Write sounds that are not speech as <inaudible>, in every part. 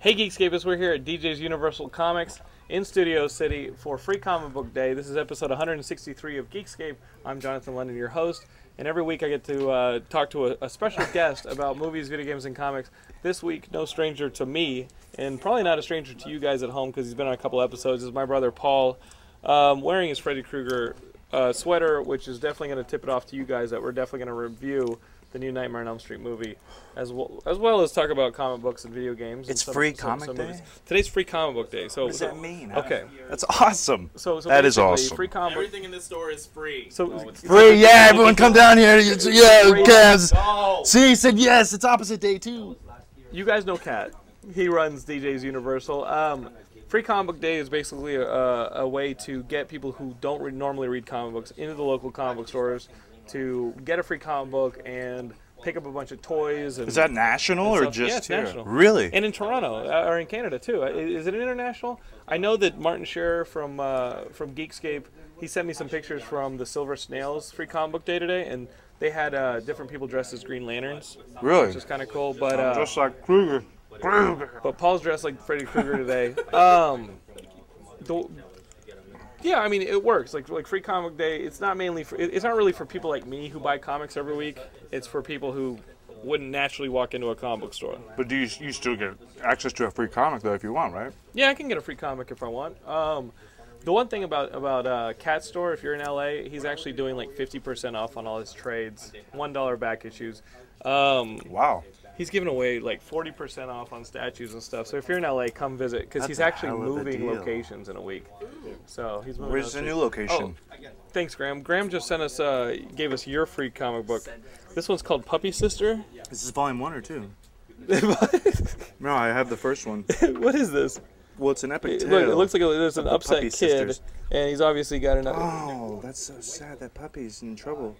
Hey Geekscapists, we're here at DJ's Universal Comics in Studio City for Free Comic Book Day. This is episode 163 of Geekscape. I'm Jonathan London, your host, and every week I get to uh, talk to a, a special guest about movies, video games, and comics. This week, no stranger to me, and probably not a stranger to you guys at home because he's been on a couple episodes, is my brother Paul, um, wearing his Freddy Krueger uh, sweater, which is definitely going to tip it off to you guys that we're definitely going to review the new Nightmare on Elm Street movie, as well as, well as talk about comic books and video games. and It's free comic day? movies. Today's free comic book day. So uh, What does that mean? Okay, That's awesome. so, so that is basically, awesome. Free comic. Everything in this store is free. So- Oh, it's- Free, yeah, everyone come down here. You- Yeah, Free. Cavs. No. See, he said yes. It's opposite day too. You guys know Cat. He runs DJ's Universal. Um, free comic book day is basically a, a way to get people who don't re- normally read comic books into the local comic book stores to get a free comic book and pick up a bunch of toys. And Is that national or stuff. Yeah, just it's here? national. Really? and in Toronto uh, or in Canada too. Uh, i- Is it international? I know that Martin Scherer from uh, from Geekscape he sent me some pictures from the Silver Snails free comic book day today, and they had uh, different people dressed as Green Lanterns, really? which is kind of cool. But uh, like Kruger. but Paul's dressed like Freddy Krueger today. <laughs> Um, the, yeah, I mean it works. Like like free comic day. It's not mainly for. it- It's not really for people like me who buy comics every week. It's for people who wouldn't naturally walk into a comic book store. But do you, you still get access to a free comic though if you want, right? Yeah, I can get a free comic if I want. Um, the one thing about about uh, Cat Store, if you're in LA, he's actually doing like 50% off on all his trades, one dollar back issues. Um, Wow. he's giving away like 40% off on statues and stuff. So if you're in LA, come visit because he's a actually hell of a moving deal. locations in a week. So he's moving. Where's those the new two- Oh, location? Thanks, Graham. Graham just sent us, uh, gave us your free comic book. This one's called Puppy Sister. <laughs> This is volume one or two. No, I have the first one. what is this? Well, it's an epic It, tale. look, it looks like a, there's an upset Puppy kid, Sisters. and he's obviously got an. uh, <gasps> Oh, that's so sad. That puppy's in trouble.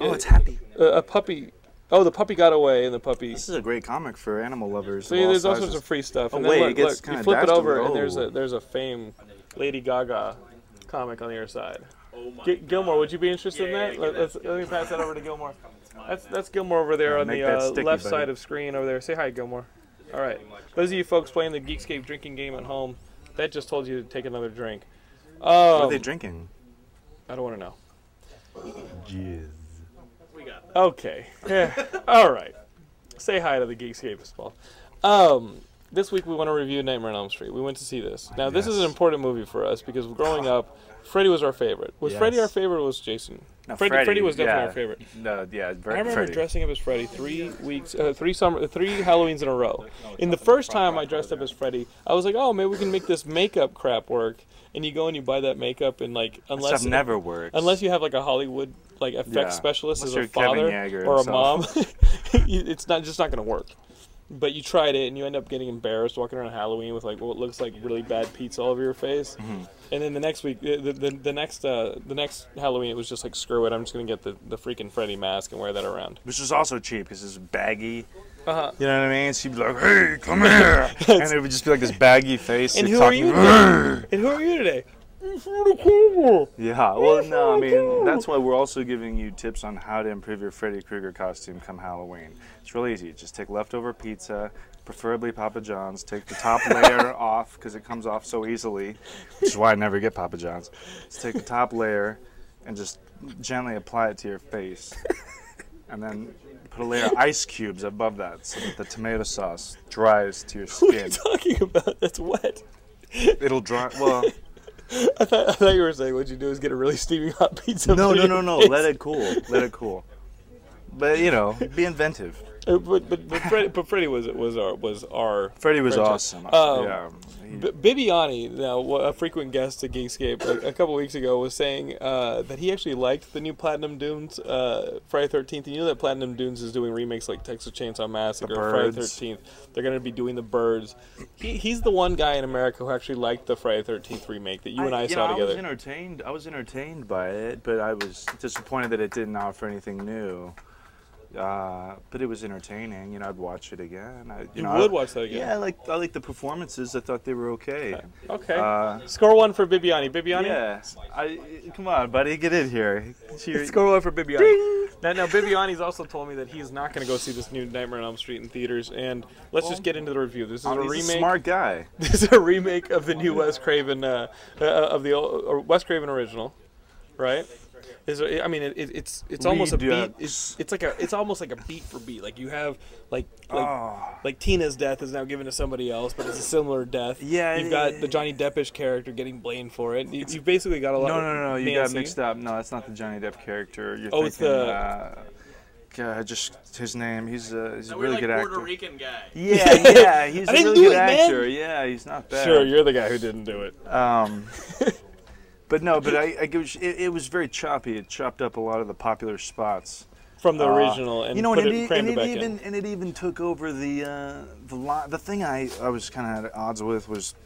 Oh, it's happy. a, a puppy. Oh, the puppy got away, and the puppy. This is a great comic for animal lovers. See, of all there's all sizes. sorts of free stuff. Oh, And wait, then it look, gets look, you kinda flip it dastardly. over, and there's Oh. a there's a fame Lady Gaga comic on the other side. Oh my G- Gilmore, would you be interested Yeah, in that? yeah, Let, yeah, let's, let me pass that over to Gilmore. That's that's Gilmore over there on make the that uh, sticky, left buddy. side of screen over there. Say hi, Gilmore. All right, those of you folks playing the Geekscape drinking game at home, that just told you to take another drink. What Um, are Oh. they drinking? I don't want to know. Jizz. We got that. Okay. <laughs> Yeah. All right. Say hi to the Geekscape, Paul. Um, this week we want to review Nightmare on Elm Street. We went to see this. Now this is an Yes. important movie for us because growing up, Freddy was our favorite. Was Freddy Yes. our favorite? Or was Jason? No, Freddy, Freddy, was definitely yeah. our favorite. No, yeah, I very remember dressing up as Freddy three weeks, uh, three summer, three Halloweens in a row. In the first time I dressed up as Freddy, I was like, "Oh, maybe we can make this makeup crap work." And you go and you buy that makeup, and like, unless Stuff never works. unless you have like a Hollywood like effects Yeah. specialist as Unless a you're Kevin father Yeager or a mom, <laughs> himself. <laughs> you- it's not just not going to work. But you tried it and you end up getting embarrassed walking around Halloween with like what looks like really bad pizza all over your face. Mm-hmm. And then the next week, the, the, the next uh, the next Halloween, it was just like screw it, I'm just going to get the the freaking Freddy mask and wear that around. Which is also cheap because it's baggy. Uh-huh. You know what I mean? She'd be like, "Hey, come <laughs> here," and it would just be like this baggy face. And like, who are <laughs> you? <laughs> talking, And who are you today? I'm Freddy Krueger. Yeah, well, no, I mean, that's why we're also giving you tips on how to improve your Freddy Krueger costume come Halloween. It's really easy. Just take leftover pizza, preferably Papa John's. Take the top layer off because it comes off so easily, which is why I never get Papa John's. Just take the top layer and just gently apply it to your face. And then put a layer of ice cubes above that so that the tomato sauce dries to your What are you skin. talking about? That's wet. It'll dry, well. I thought, I thought you were saying what you do is get a really steaming hot <laughs> pizza. No, put no, in no, your no. face. Let it cool. Let it cool. But you know, be inventive. Uh, but but but Freddy, but Freddy was was our was our Freddy was franchise. awesome. Um, yeah. He- B- Bibiani, now wh- a frequent guest to Geekscape a, a couple weeks ago, was saying uh, that he actually liked the new Platinum Dunes uh, Friday Thirteenth. You know that Platinum Dunes is doing remakes like Texas Chainsaw Massacre, Friday Birds. Thirteenth. They're going to be doing the Birds. He, he's the one guy in America who actually liked the Friday Thirteenth remake that you and I, you saw know, I was together. entertained. I was entertained by it, but I was disappointed that it didn't offer anything new. Uh, but it was entertaining. You know, I'd watch it again. I, you you know, would I, watch that again. Yeah, I like I like the performances. I thought they were okay. Okay. Uh, Score one for Bibiani. Bibiani. yeah. I, come on, buddy, get in here. It's your- Score one for Bibiani. Now, now Bibiani's also told me that he is not going to go see this new Nightmare on Elm Street in theaters. And let's just get into the review. This is a He's remake. a smart guy. <laughs> This is a remake of the new Wes Craven uh, uh, of the old, or Wes Craven original, right? Is there- I mean, it, it's it's almost a beat. Redux. It's, it's like a it's almost like a beat for beat. Like you have like Ah. like, Oh. like Tina's death is now given to somebody else, but it's a similar death. Yeah, you've it- got the Johnny Deppish character getting blamed for it. You, you basically got a lot. No, of no, no, no, you Nancy. got mixed up. No, that's not the Johnny Depp character. You're Oh, thinking, it's the- uh, God, just his name. He's a he's a That really weird, like, good Puerto actor. Rican guy. Yeah, <laughs> yeah, he's I a didn't really do good it, man. actor. Yeah, he's not bad. Sure, you're the guy who didn't do it. <laughs> Um, but no, but I, I give, it, it was very choppy. It chopped up a lot of the popular spots. From the Uh, original, and you know, put and it, it, e- crammed and it it back even in. and it even took over the uh, the li- the thing I, I was kind of at odds with was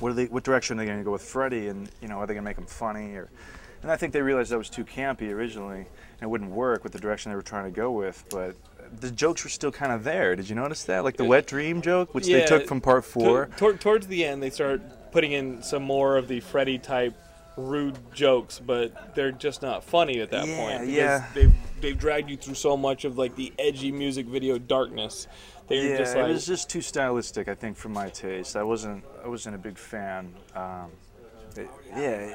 what are they what direction are they going to go with Freddy and you know are they going to make him funny or and I think they realized that was too campy originally and it wouldn't work with the direction they were trying to go with, but. The jokes were still kind of there. Did you notice that? Like the wet dream joke, which Yeah, they took from part four. To- tor- towards the end, they start putting in some more of the Freddy type rude jokes, but they're just not funny at that Yeah, point. because yeah. They've they've dragged you through so much of like the edgy music video darkness. that you're Yeah, just like it was just too stylistic, I think, for my taste. I wasn't, I wasn't a big fan. Um, it- yeah,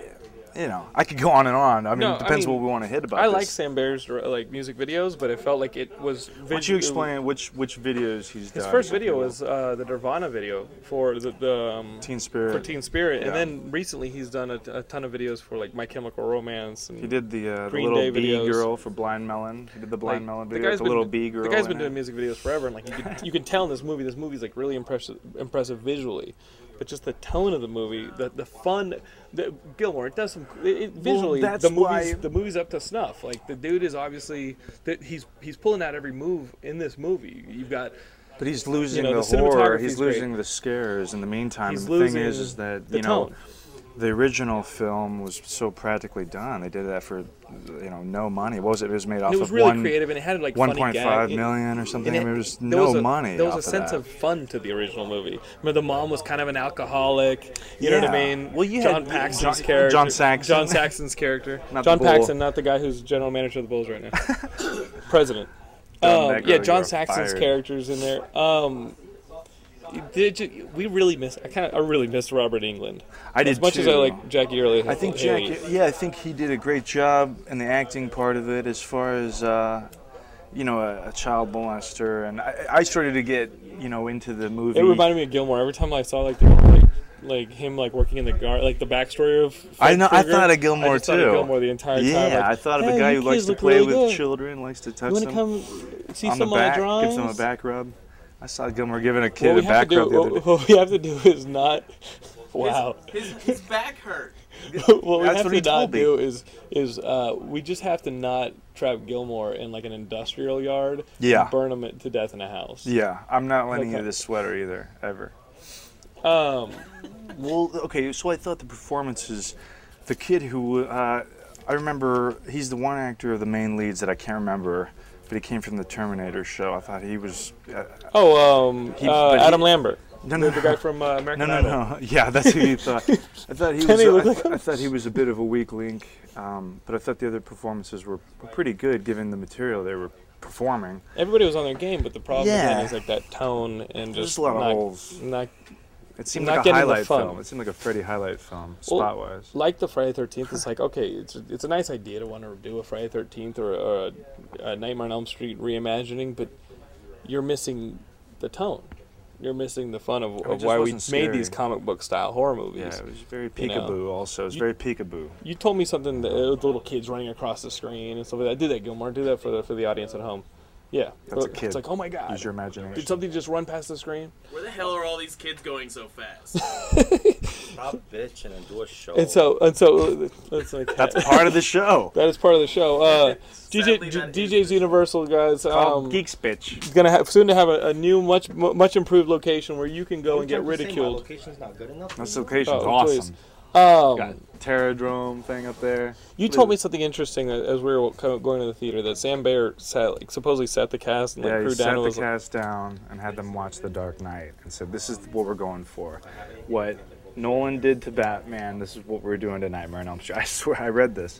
you know, I could go on and on. I mean, No, I it depends mean, what we want to hit about. I this. like Sam Bear's like music videos, but it felt like it was. Why don't you explain which which videos he's done? His first video was uh, the Nirvana video for the, the um, Teen Spirit. for Teen Spirit, and Yeah. then recently he's done a, a ton of videos for like My Chemical Romance. And He did the, uh, the Green little Day bee videos. girl for Blind Melon. He did the Blind Like, Melon video. with The, little bee girl. The guy's in been it. doing music videos forever, and like you can, you can tell in this movie, this movie's like really impressive, impressive visually, but just the tone of the movie, the the fun, the Gilmore, it does some it, it- visually. that's the movie's why- the movie's up to snuff. Like the dude is obviously that he's he's pulling out every move in this movie. You've got But he's losing know, the, the horror. cinematography's He's great. losing the scares in the meantime. He's and the thing losing is, is that the you know, tone. the original film was so practically done. They did that for you know no money. What was it? It was made off and it was of really one, creative, and it had like one funny point gag. five It- million or something. and I mean, it- it was there no was a, money. There was off a sense that. of fun to the original movie. I mean, the mom was kind of an alcoholic. You know what I Yeah. mean? Well, you John had- Paxton's John- character. John Saxon. John Saxon's character. <laughs> Not the John Bull. Paxton, not the guy who's general manager of the Bulls right now. <laughs> President. John Um, Negro, yeah, you John are Saxon's fired. character's in there. Um, did you, we really miss? I kind of, I really missed Robert England. I did As much as I too. like Jackie Early, I think Jack. Yeah, I think he did a great job in the acting part of it, as far as uh, you know, a, a child molester. And I, I started to get you know into the movie. It reminded me of Gilmore. Every time I saw like the like, like him like working in the gar like the backstory of I Fred know. I Krueger, thought of I Gilmore just too. thought of Gilmore the entire yeah, time. like, I thought of "Hey, a guy you who kids likes to look play really with good. children, likes to touch You want them to come see on the some of my back, drawings? gives them a back rub. I saw Gilmore giving a What kid we a have back to rub do, the other what, <laughs> day. what we have to do is not. Wow. His, his back hurt. <laughs> what we That's have to what he not told me. do is is uh, we just have to not trap Gilmore in like an industrial yard. Yeah. And burn him to death in a house. Yeah, I'm not letting Okay. you this sweater either, ever. Um. Well, okay, so I thought the performances, the kid who, uh, I remember, he's the one actor of the main leads that I can't remember, but he came from the Terminator show. I thought he was. Uh, Oh. Um. He- uh, but he- Adam Lambert. no, no, The guy from uh, American No, no, Idol. no. <laughs> Yeah, that's who you thought. I thought he was. he a- look I, like th- I thought he was a bit of a weak link, um, but I thought the other performances were were pretty good given the material they were performing. Everybody was on their game, but the problem again Yeah. is like that tone and There's just a lot of not, holes. not- It seemed Not like a getting the highlight fun. film. It seemed like a Freddy highlight film, Well, spot wise. like the Friday Thirteenth. It's like okay, it's it's a nice idea to want to do a Friday Thirteenth or, or a, a Nightmare on Elm Street reimagining, but you're missing the tone. You're missing the fun of, it of just why we wasn't made these scary. comic book style horror movies. Yeah, it was very you know. peekaboo. also, it was You- very peekaboo. You told me something that uh, the little kids running across the screen and stuff like that. Do that, Gilmore. Do that for the for the audience at home. Yeah, That's a It's kid. like oh my god, Use your did imagination. something just run past the screen? Where the hell are all these kids going so fast? Stop bitching and do a show. And so and so <laughs> that's like <laughs> That's part of the show. That is part of the show. <laughs> Uh, DJ, Sadly, that J- is DJ's the- Universal guys. Called Um, Geeks bitch. is gonna have, soon to have a, a new, much mu- much improved location where you can go and get Sometimes you say my ridiculed. location's not good enough. That's anymore. location's Oh, please. awesome. Um, Got Terradrome thing up there. you told me something interesting a- as we were co- going to the theater that Sam Bayer sat, like, supposedly sat the cast and like, Yeah, crew down he sat and the was like, cast down and had them watch The Dark Knight and said, "This is what we're going for. What Nolan did to Batman, this is what <laughs> we're doing to Nightmare on Elm Street." I swear, I read this,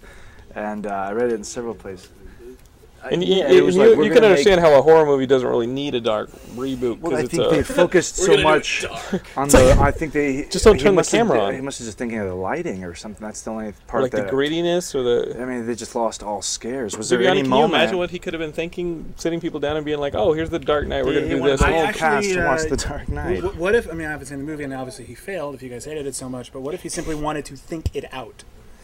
and uh, I read it in several places. I- And, y- yeah, y- it was you, like, we're you can gonna make- understand how a horror movie doesn't really need a dark reboot because Well, I it's uh, think a they <laughs> focused We're so gonna much do it dark. <laughs> on the. I think they Just don't he turn the must have- camera on. He must have just thinking of the lighting or something. That's the only or part like the that. grittiness or the. I mean, they just lost all scares. Was To there be honest, any can you moment? imagine what he could have been thinking, sitting people down and being like, "Oh, here's the Dark Knight. We're Yeah, gonna he do wanted this." Oh, the whole I actually, cast to watch uh, The Dark Knight. What, what if I mean I haven't seen the movie and obviously he failed if you guys hated it so much, but what if he simply wanted to think it out?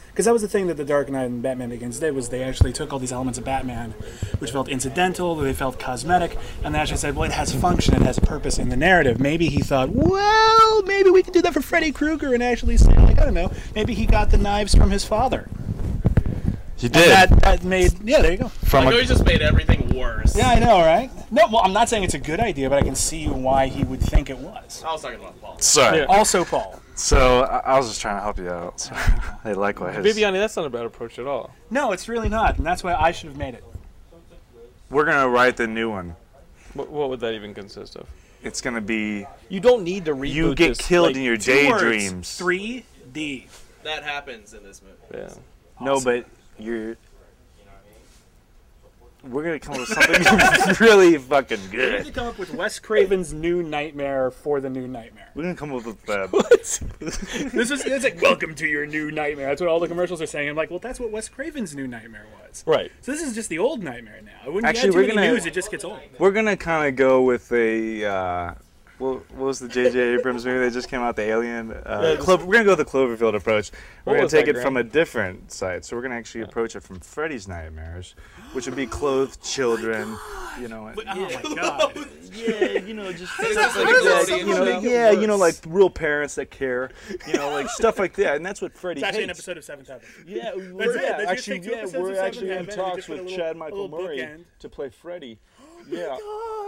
Because that was the thing that the Dark Knight and Batman Begins did was they actually took all these elements of Batman, which felt incidental, they felt cosmetic, and they actually said, well, it has function, it has purpose in the narrative. Maybe he thought, well, maybe we could do that for Freddy Krueger and actually say, like, I don't know, maybe he got the knives from his father. You And did That that made yeah, there you go. from Like, a always just made everything worse. Yeah, I know, right? No, well, I'm not saying it's a good idea, but I can see why he would think it was. I was talking about Paul. sorry. Yeah. Also, Paul. So I, I was just trying to help you out. <laughs> So, hey, likewise. Viviani, that's not a bad approach at all. No, it's really not, and that's why I should have made it. We're gonna write the new one. What, what would that even consist of? It's gonna be You don't need to reboot. you get this, killed like- in your Two words, daydreams. 3D. That happens in this movie. Yeah. No, but you're. We're gonna come up with something <laughs> really fucking We need good. to come up with Wes Craven's new nightmare for the new nightmare. We're gonna come up with <laughs> uh, This is it's like welcome to your new nightmare. That's what all the commercials are saying. I'm like, well, that's what Wes Craven's new nightmare was. Right. So this is just the old nightmare now. When Actually, you add too we're many gonna- news, it just gets old. We're gonna kind of go with a. Uh, what, what was the J.J. Abrams movie that just came out? The Alien. Uh, Clo- we're gonna go with the Cloverfield approach. We're gonna was take that, it from a different side. So we're gonna actually approach it from Freddy's Nightmares, which would be <gasps> clothed children. you know. and- Oh <laughs> my god. Yeah, you know, just It's like yeah, a Gordian you know, joke. yeah, you know, like real parents that care. You know, like stuff like that, and that's what Freddy. It's actually an hates. episode of Seventh Heaven. Yeah, we're, That's it. yeah, They just actually, take two yeah, episodes of we're Seven actually in Heaven and they talks just put with a little- Chad a Michael little Murray bookend. Oh to play <gasps> Freddy. Yeah,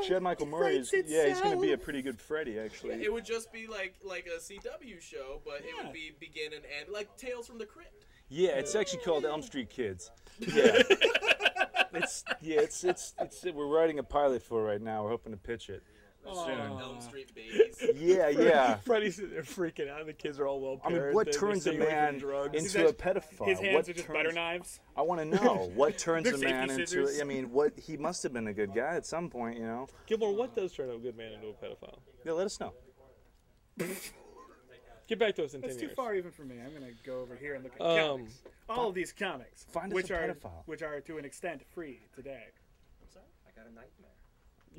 Chad Michael Murray is yeah, he's gonna be a pretty good Freddy actually. It would just be like like a CW show, but it Yeah. would be begin and end, like Tales from the Crypt. Yeah, it's actually called Elm Street <laughs> Kids. Yeah, it's yeah, it's it's it's we're writing a pilot for it right now. We're hoping to pitch it soon. Elm Street Babies. <laughs> Yeah, yeah. Freddy's sitting there freaking out, and the kids are all well. I mean, what turns a man into His a pedophile? His what hands are just butter turns- knives. I want to know <laughs> what turns They're a safety man into. scissors. I mean, what he must have been a good guy at some point, you know. Gilmore, what does turn a good man into a pedophile? Yeah, let us know. Get back to us in That's ten too years. far even for me. I'm gonna go over here and look at Um, comics. All of these comics, Find us which a are pedophile. which are to an extent free today. I got a nightmare.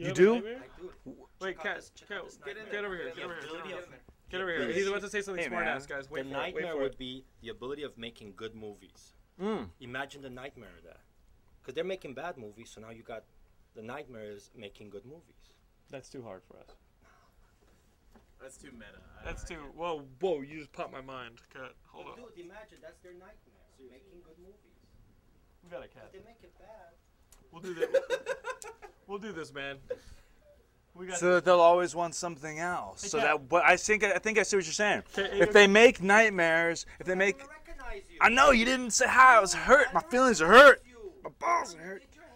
have do? a nightmare? I do. Wait, cat, cat, Get in get there. over here, The get over here, ability of- get over here. Please. He's about to say something Hey, smart man. ass, guys. The Wait for it, wait nightmare for it. would be the ability of making good movies. Hmm. Imagine the nightmare of that. Because they're making bad movies, so now you got the nightmare is making good movies. That's too hard for us. That's too meta. I That's don't too. Whoa, whoa! You just popped my mind. Cat, hold on. Dude, imagine that's their nightmare, making good movies. We got a cat. They make it bad. We'll do that. we'll do this, man. We got. So that they'll always want something else. So Kat. that, but I think I think I see what you're saying. Okay, If they make nightmares, if they make, recognize you. I know you didn't say hi. I was hurt. My feelings are hurt. you. My balls are hurt. Did your hair.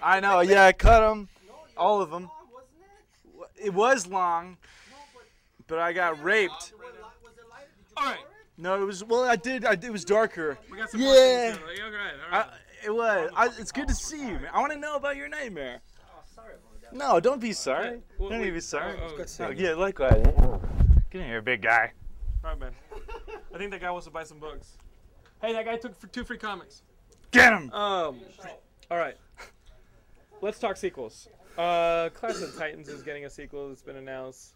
I know. Yeah, I cut them. No, you All of them. long, wasn't it? It was long, No, but but I got raped. you were li- was it lighter? Did you All right. color it? No, it was. Well, I did. I did. It was darker. we got some more things All right, all right. I, it was. I, it's good to see you, man. I want to know about your nightmare. Oh, sorry about that. No, don't be sorry. Well, don't we- even be sorry. oh, oh, it's No, yeah, likewise. Get in here, big guy. all right, man. I think that guy wants to buy some books. Hey, that guy took for two free comics. Get him. Um. All right. Let's talk sequels. Uh, Clash of the Titans is getting a sequel that's been announced.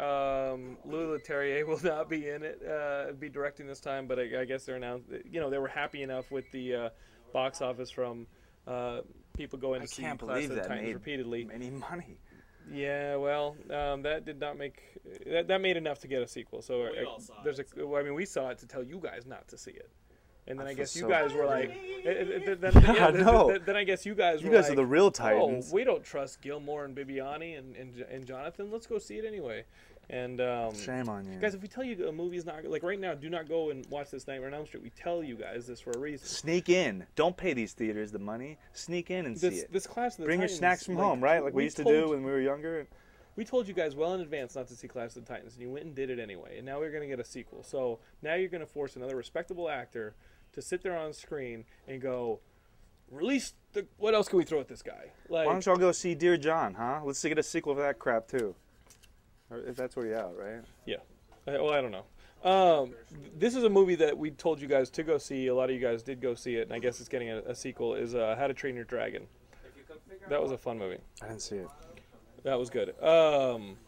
Um, Louis Leterrier <laughs> will not be in it, uh, be directing this time, but I, I guess they're announced. You know, they were happy enough with the uh, box office from uh, people going to see can't Clash believe of the that Titans made- repeatedly. Any money? Yeah, well, um, that did not make that, that made enough to get a sequel. So We uh, all saw there's a well, I mean we saw it to tell you guys not to see it, and then I, feel guess you so guys were like, bad. eh, eh, eh, then, <laughs> Yeah, yeah, I then- know. then- then I guess you guys You were guys are like, the real Titans. Oh, we don't trust Gilmore and Bibiani and, and and Jonathan. Let's go see it anyway. And um, Shame on you. guys, if we tell you a movie's not like right now, do not go and watch this Nightmare on Elm Street. We tell you guys this for a reason. Sneak in. Don't pay these theaters the money. Sneak in and see This it. this class of the Bring your Titans, snacks from like, home, right? Like we, used to told do when we were younger. we told you guys well in advance not to see Clash of the Titans, and you went and did it anyway. And now we're going to get a sequel. So now you're going to force another respectable actor to sit there on screen and go, release the. What else can we throw at this guy? Like, Why don't y'all go see Dear John, huh? Let's get a sequel to that crap too. Or if that's where you're at, right? Yeah. Uh, Well, I don't know. Um, th- this is a movie that we told you guys to go see. A lot of you guys did go see it, and I guess it's getting a, a sequel. Is uh, How to Train Your Dragon? That was a fun movie. I didn't see it. That was good. Um,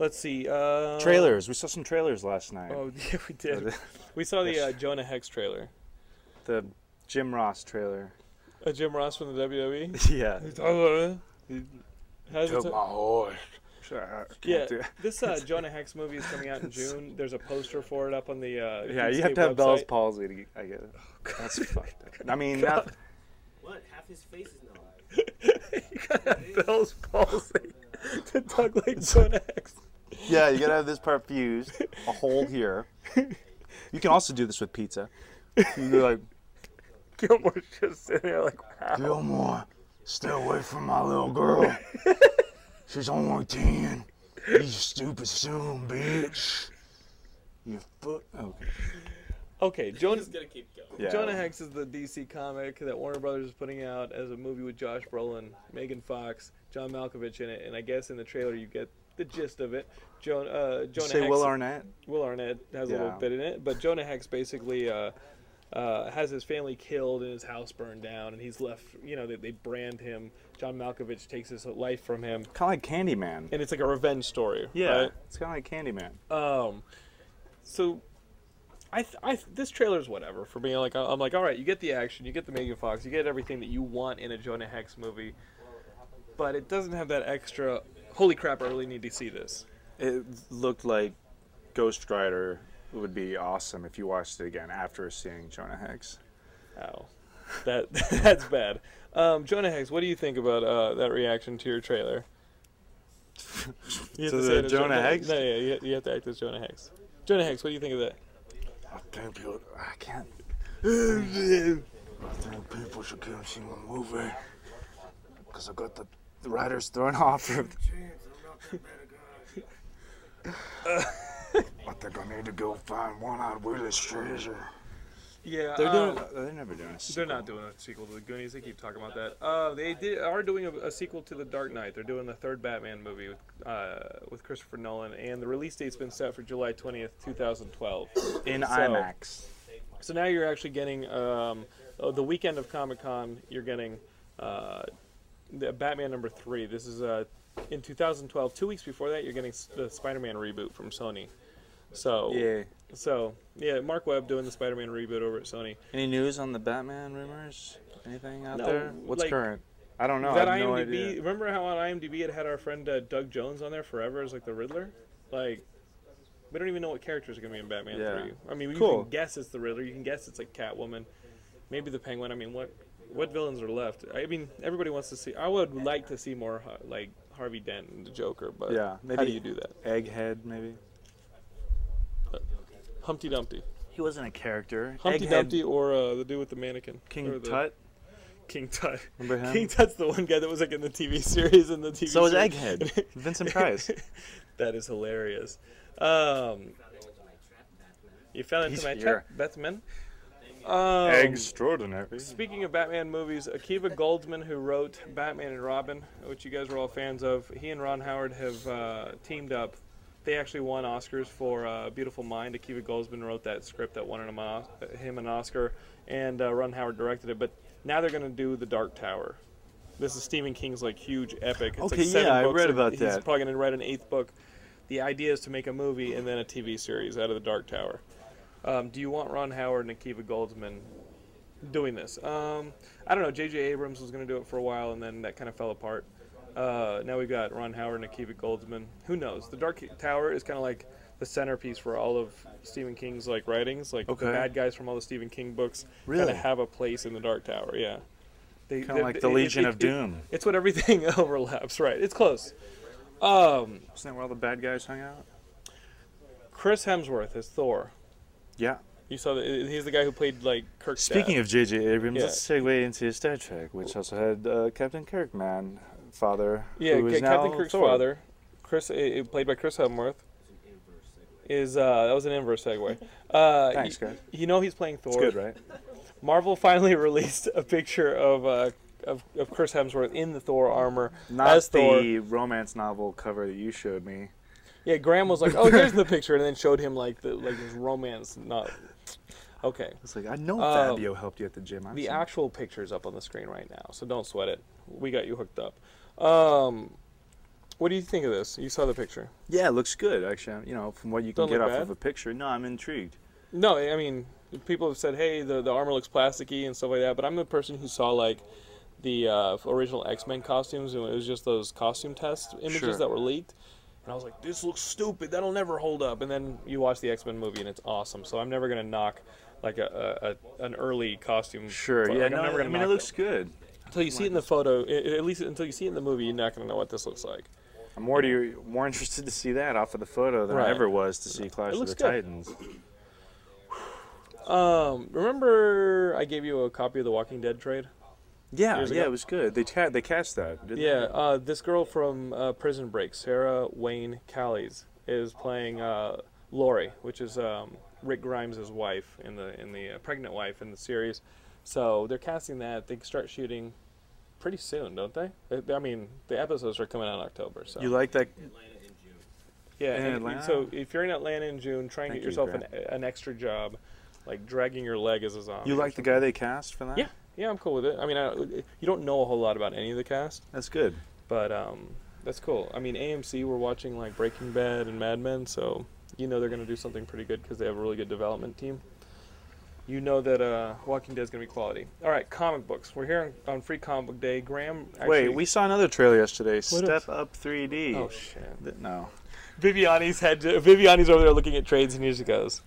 let's see. Uh, Trailers. We saw some trailers last night. Oh <laughs> yeah, we did. We saw the uh, Jonah Hex trailer. <laughs> the Jim Ross trailer. Uh, Jim Ross from the E? WWE. Yeah. <laughs> How's it ta- Sure, I can't yeah, do it. this uh, Jonah Hex movie is coming out in June. There's a poster for it up on the. Uh, Yeah, you Geekscape have to have Bell's website. palsy to get. I get it. That's fucked up. I mean, not, What? Half his face is not alive. <laughs> Bell's palsy <laughs> to talk like Jonah Hex. yeah, you gotta have this part fused. A hole here. You can also do this with pizza. You're like, Gilmore's just sitting there like, wow. Gilmore, stay away from my little girl. She's only 10. You stupid son of a bitch. Your foot. Okay. Okay, Jonah, Just gonna keep going. yeah. Jonah Hex is the DC comic that Warner Brothers is putting out as a movie with Josh Brolin, Megan Fox, John Malkovich in it, and I guess in the trailer you get the gist of it. Jonah, uh, Jonah Say Hex, Will Arnett. Will Arnett has a Yeah. little bit in it, but Jonah Hex basically uh, uh, has his family killed and his house burned down, and he's left. You know, they, they brand him. John Malkovich takes his life from him, Kind of like Candyman. and it's like a revenge story. right? It's kind of like Candyman. Um, so, I, th- I th- this trailer's whatever for me. Like I- I'm like, all right, you get the action, you get the Megan Fox, you get everything that you want in a Jonah Hex movie, but it doesn't have that extra. Holy crap! I really need to see this. It looked like Ghost Rider would be awesome if you watched it again after seeing Jonah Hex. Ow, that <laughs> that's bad. Um, Jonah Hex, what do you think about uh, that reaction to your trailer? You have To say the it as Jonah Hex? No, yeah, you, you have to act as Jonah Hex. Jonah Hex, what do you think of that? I think people. I can't. I think people should come see my movie. Because I got the The writer's <laughs> thrown off. Of, chance. I'm not that bad a guy. I think I need to go find one eyed Willie's treasure. Yeah, uh, they're, doing, they're never doing it. They're not doing a sequel to the Goonies. They keep talking about that. Uh, they did, are doing a, a sequel to the Dark Knight. They're doing the third Batman movie with uh, with Christopher Nolan, and the release date's been set for July twentieth, two thousand twelve. in So- IMAX. So now you're actually getting um, uh, the weekend of Comic Con. You're getting uh, the Batman number three. This is uh, in 2012. Two weeks before that, you're getting s- the Spider-Man reboot from Sony. So Yeah. so yeah, Mark Webb doing the Spider-Man reboot over at Sony. Any news on the Batman rumors? Anything out No, there? What's like- current? I don't know. that Oh, I have no IMDb. idea. remember how on IMDb it had our friend uh, Doug Jones on there forever as like the Riddler? Like, we don't even know what characters are gonna be in Batman Yeah. Three. I mean, you Cool. can guess it's the Riddler. You can guess it's like Catwoman, maybe the Penguin. I mean, what what villains are left? I mean, everybody wants to see. I would like to see more uh, like Harvey Dent and the Joker, but Yeah, how do maybe- you do that? Egghead, maybe. Humpty Dumpty, He wasn't a character. Humpty Egghead, Dumpty, or uh, the dude with the mannequin, or King the- Tut. King Tut. Remember <laughs> him? King <laughs> Tut's the one guy that was like in the TV series and the TV. So was series. Egghead. Vincent Price. That is hilarious. Um, you fell into He's my here. trap, Batman. Um, Extraordinary. Speaking of Batman movies, Akiva Goldsman, who wrote Batman and Robin, which you guys were all fans of, he and Ron Howard have uh, teamed up. They actually won Oscars for uh, Beautiful Mind. Akiva Goldsman wrote that script that won him an, Os- him an Oscar, and uh, Ron Howard directed it. But now they're going to do The Dark Tower. This is Stephen King's like huge epic. It's Okay, like seven yeah, I books. read about He's that. probably going to write an eighth book. The idea is to make a movie and then a TV series out of The Dark Tower. Um, do you want Ron Howard and Akiva Goldsman doing this. Um, I don't know. J.J. Abrams was going to do it for a while, and then that kind of fell apart. Uh, now we've got Ron Howard and Akiva Goldsman. Who knows? The Dark Tower is kind of like the centerpiece for all of Stephen King's like writings. Like Okay. the bad guys from all the Stephen King books Really? kind of have a place in the Dark Tower. Yeah. They, Kinda like the Legion of Doom. it's what everything <laughs> overlaps, right? It's close. Um, Isn't that where all the bad guys hung out? Chris Hemsworth is Thor. Yeah. You saw that he's the guy who played like Kirk's dad. Speaking of J.J. Abrams, Yeah. let's segue into Star Trek, which also had uh, Captain Kirk, man, father. Yeah, who is Ca- Captain now Kirk's Thor. father, Chris, i- i- played by Chris Hemsworth, is uh, that was an inverse segue. Uh, Thanks, you, guys. you know he's playing Thor. It's good, right? Marvel finally <laughs> released a picture of uh, of, of Chris Hemsworth in the Thor armor Not as Thor. the romance novel cover that you showed me. Yeah, Graham was like, "Oh, here's the picture," and then showed him like the like his romance. Not okay. It's like I know Uh, Fabio helped you at the gym. I've The seen- actual picture's up on the screen right now, so don't sweat it. We got you hooked up. Um, what do you think of this? You saw the picture. yeah, it looks good actually. You know, from what you can Don't get look off bad. of a picture. No, I'm intrigued. No, I mean, people have said, "Hey, the the armor looks plasticky and stuff like that," but I'm the person who saw like the uh, original X Men costumes, and it was just those costume test images Sure. that were leaked. And I was like, "This looks stupid. That'll never hold up." And then you watch the X Men movie, and it's awesome. So I'm never gonna knock like a, a, a an early costume. Sure. photo. yeah. Like, No, I'm never I gonna mean, it knock looks good. until you see it in the photo. i- i- At least until you see it in the movie, you're not gonna know what this looks like. I'm more to, more interested to see that off of the photo than Right. I ever was to see Clash of looks the good. Titans. Um, remember I gave you a copy of the Walking Dead trade. Yeah, Years yeah, ago. it was good. They ca- they cast that. Didn't Yeah, uh, this girl from uh, Prison Break, Sarah Wayne Callies, is playing uh, Lori, which is um, Rick Grimes' wife in the in the uh, pregnant wife in the series. So they're casting that. They start shooting pretty soon, don't they? I- I mean, the episodes are coming out in October. So They? You like that? yeah, in and- Atlanta? so if you're in Atlanta in June, try and Thank get you, yourself an, an extra job, like dragging your leg as a zombie. You or like the something. guy they cast for that? Yeah, yeah, I'm cool with it. I mean, I, you don't know a whole lot about any of the cast. that's good. But um, that's cool. I mean, AMC we're watching like Breaking Bad and Mad Men, so you know they're gonna do something pretty good because they have a really good development team. You know that uh, Walking Dead's gonna be quality. All right, comic books. We're here on, on Free Comic Book Day. Graham, actually, Wait, we saw another trailer yesterday. Step else? Up 3D. Oh shit. Th- no. Viviani's had to, Viviani's over there looking at trades, and he just goes,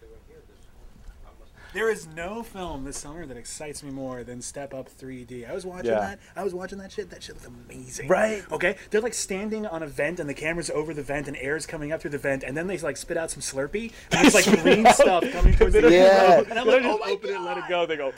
There is no film this summer that excites me more than Step Up 3D. I was watching Yeah. that. I was watching that shit. That shit looked amazing. Right. Okay. They're like standing on a vent, and the camera's over the vent, and air's coming up through the vent, and then they like spit out some Slurpee, and it's like green stuff coming towards the Yeah. And I'm "Let like, just oh my open it, and let it go." They go,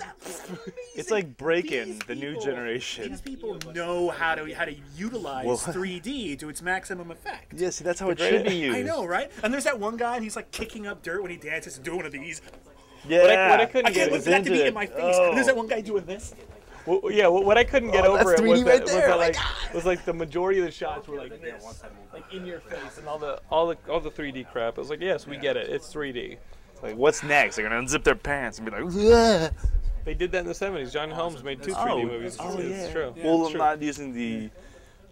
It's like Breakin', These the new people- generation. These people know how to how to utilize Well- 3D to its maximum effect. Yeah, see, that's how it <laughs> should be used. I know, right? And there's that one guy, and he's like kicking up dirt when he dances and doing one of these. Yeah. What I- what I couldn't I can't get wait was for that to be into in my it. face. And there's that one guy doing this. Well, yeah, what, what I couldn't get Oh, over that's it was 3D that, right was there, that oh my like was like the majority of the shots were like this, like in your face, and all the all the all the 3D crap. I was like, yes, we get it, it's 3D. Like, what's next? They're gonna unzip their pants and be like, Yeah. They did that in the 70s. John Holmes made two 3D Oh, movies. oh, it's, it's yeah. true. "Well, it's I'm true. not using the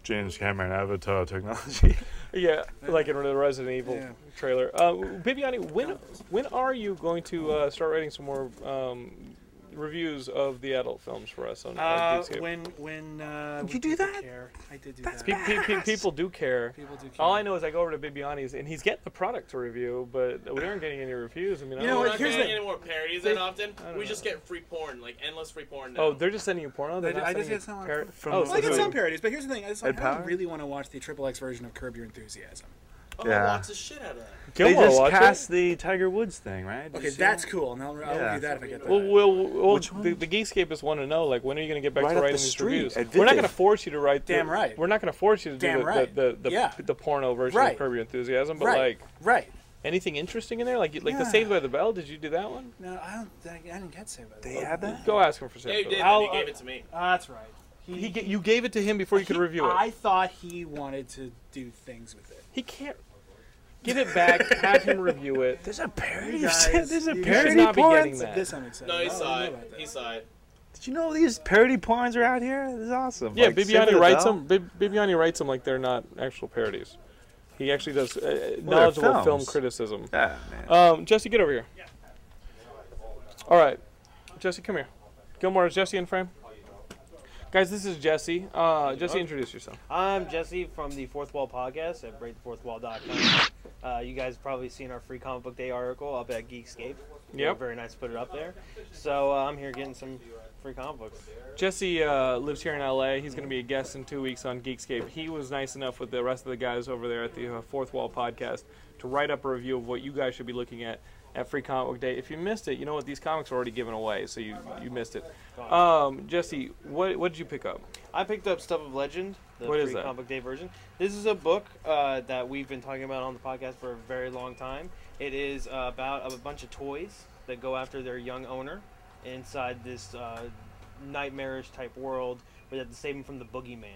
James Cameron Avatar technology." Yeah, like in the Resident Evil Yeah. trailer. Uh, Viviani, when when are you going to uh, start writing some more um, reviews of the adult films for us on on Uh, Geekscape? when when uh, Did we you do didn't that? Care. I did do that. Pe- pe- pe- people do care. People do care. All I know is I go over to Bibiani's and he's getting the product to review, but we aren't getting any reviews. I mean, I You know don't- what? We're not here's getting the- any more parodies that often. We just get free porn, like endless free porn. Now. Oh, they're just sending you porno. They're I did- not I did sending get you some par- from- oh, from Well, I so get Who? some parodies, but here's the thing: I, just, like, Ed I don't Power? really want to watch the Triple X version of Curb Your Enthusiasm. oh yeah. I watch the shit out of that. <laughs> they Gilmore just watch cast it. the Tiger Woods thing, right? Did Okay, you see that's that? cool, and I'll, I'll Yeah. review that if I get that. Well, we'll, we'll Which the, one? the Geekscape want to know, like, when are you going to get back Right to up writing the these street, reviews? at We're not Vivid. going to force you to write. The, Damn right. We're not going to force you to do Damn the, right. the, the, the, Yeah. the porno version Right. of Curb Your Enthusiasm, but right, like right. anything interesting in there, like like the Yeah. Saved by the Bell. Did you do that one? No, I don't. I didn't get saved by They had that. Go ask him for Yeah, you Saved. by did. and I'll- You gave it to me. Oh, that's right. the Bell. He, ga- you gave it to him before you could He- review it. I thought he wanted to do things with it. He can't. Give it <laughs> back. have him review it. There's a parody. You <laughs> guys- There's a you You should parody not be porn. getting that. This I'm excited. No, he about. I saw don't know it. about that. He saw it. Did you know these parody porns are out here? This is awesome. Yeah, Like, Saved by Bibiani the writes Bell? them. Bib- Bibiani writes them like they're not actual parodies. He actually does uh, Well, they're knowledgeable film films. criticism. Yeah, <laughs> man. Um, Jesse, get over here. All right, Jesse, come here. Gilmore, is Jesse in frame? Guys, this is Jesse. Uh, Jesse, introduce yourself. I'm Jesse from the Fourth Wall Podcast at breakthefourthwall.com. Uh, you guys probably seen our free comic book day article up at Geekscape. They were Yep. Very nice to put it up there. So uh, I'm here getting some free comic books. Jesse uh, lives here in LA. He's going to be a guest in two weeks on Geekscape. He was nice enough with the rest of the guys over there at the uh, Fourth Wall podcast to write up a review of what you guys should be looking at at Free Comic Book Day. If you missed it, you know what? These comics are already given away, so you, you missed it. Um, Jesse, what, what did you pick up? I picked up Stuff of Legend, the What free is that? comic book day version. This is a book uh, that we've been talking about on the podcast for a very long time. It is uh, about a bunch of toys that go after their young owner. inside this uh, nightmarish type world where they have to save him from the boogeyman.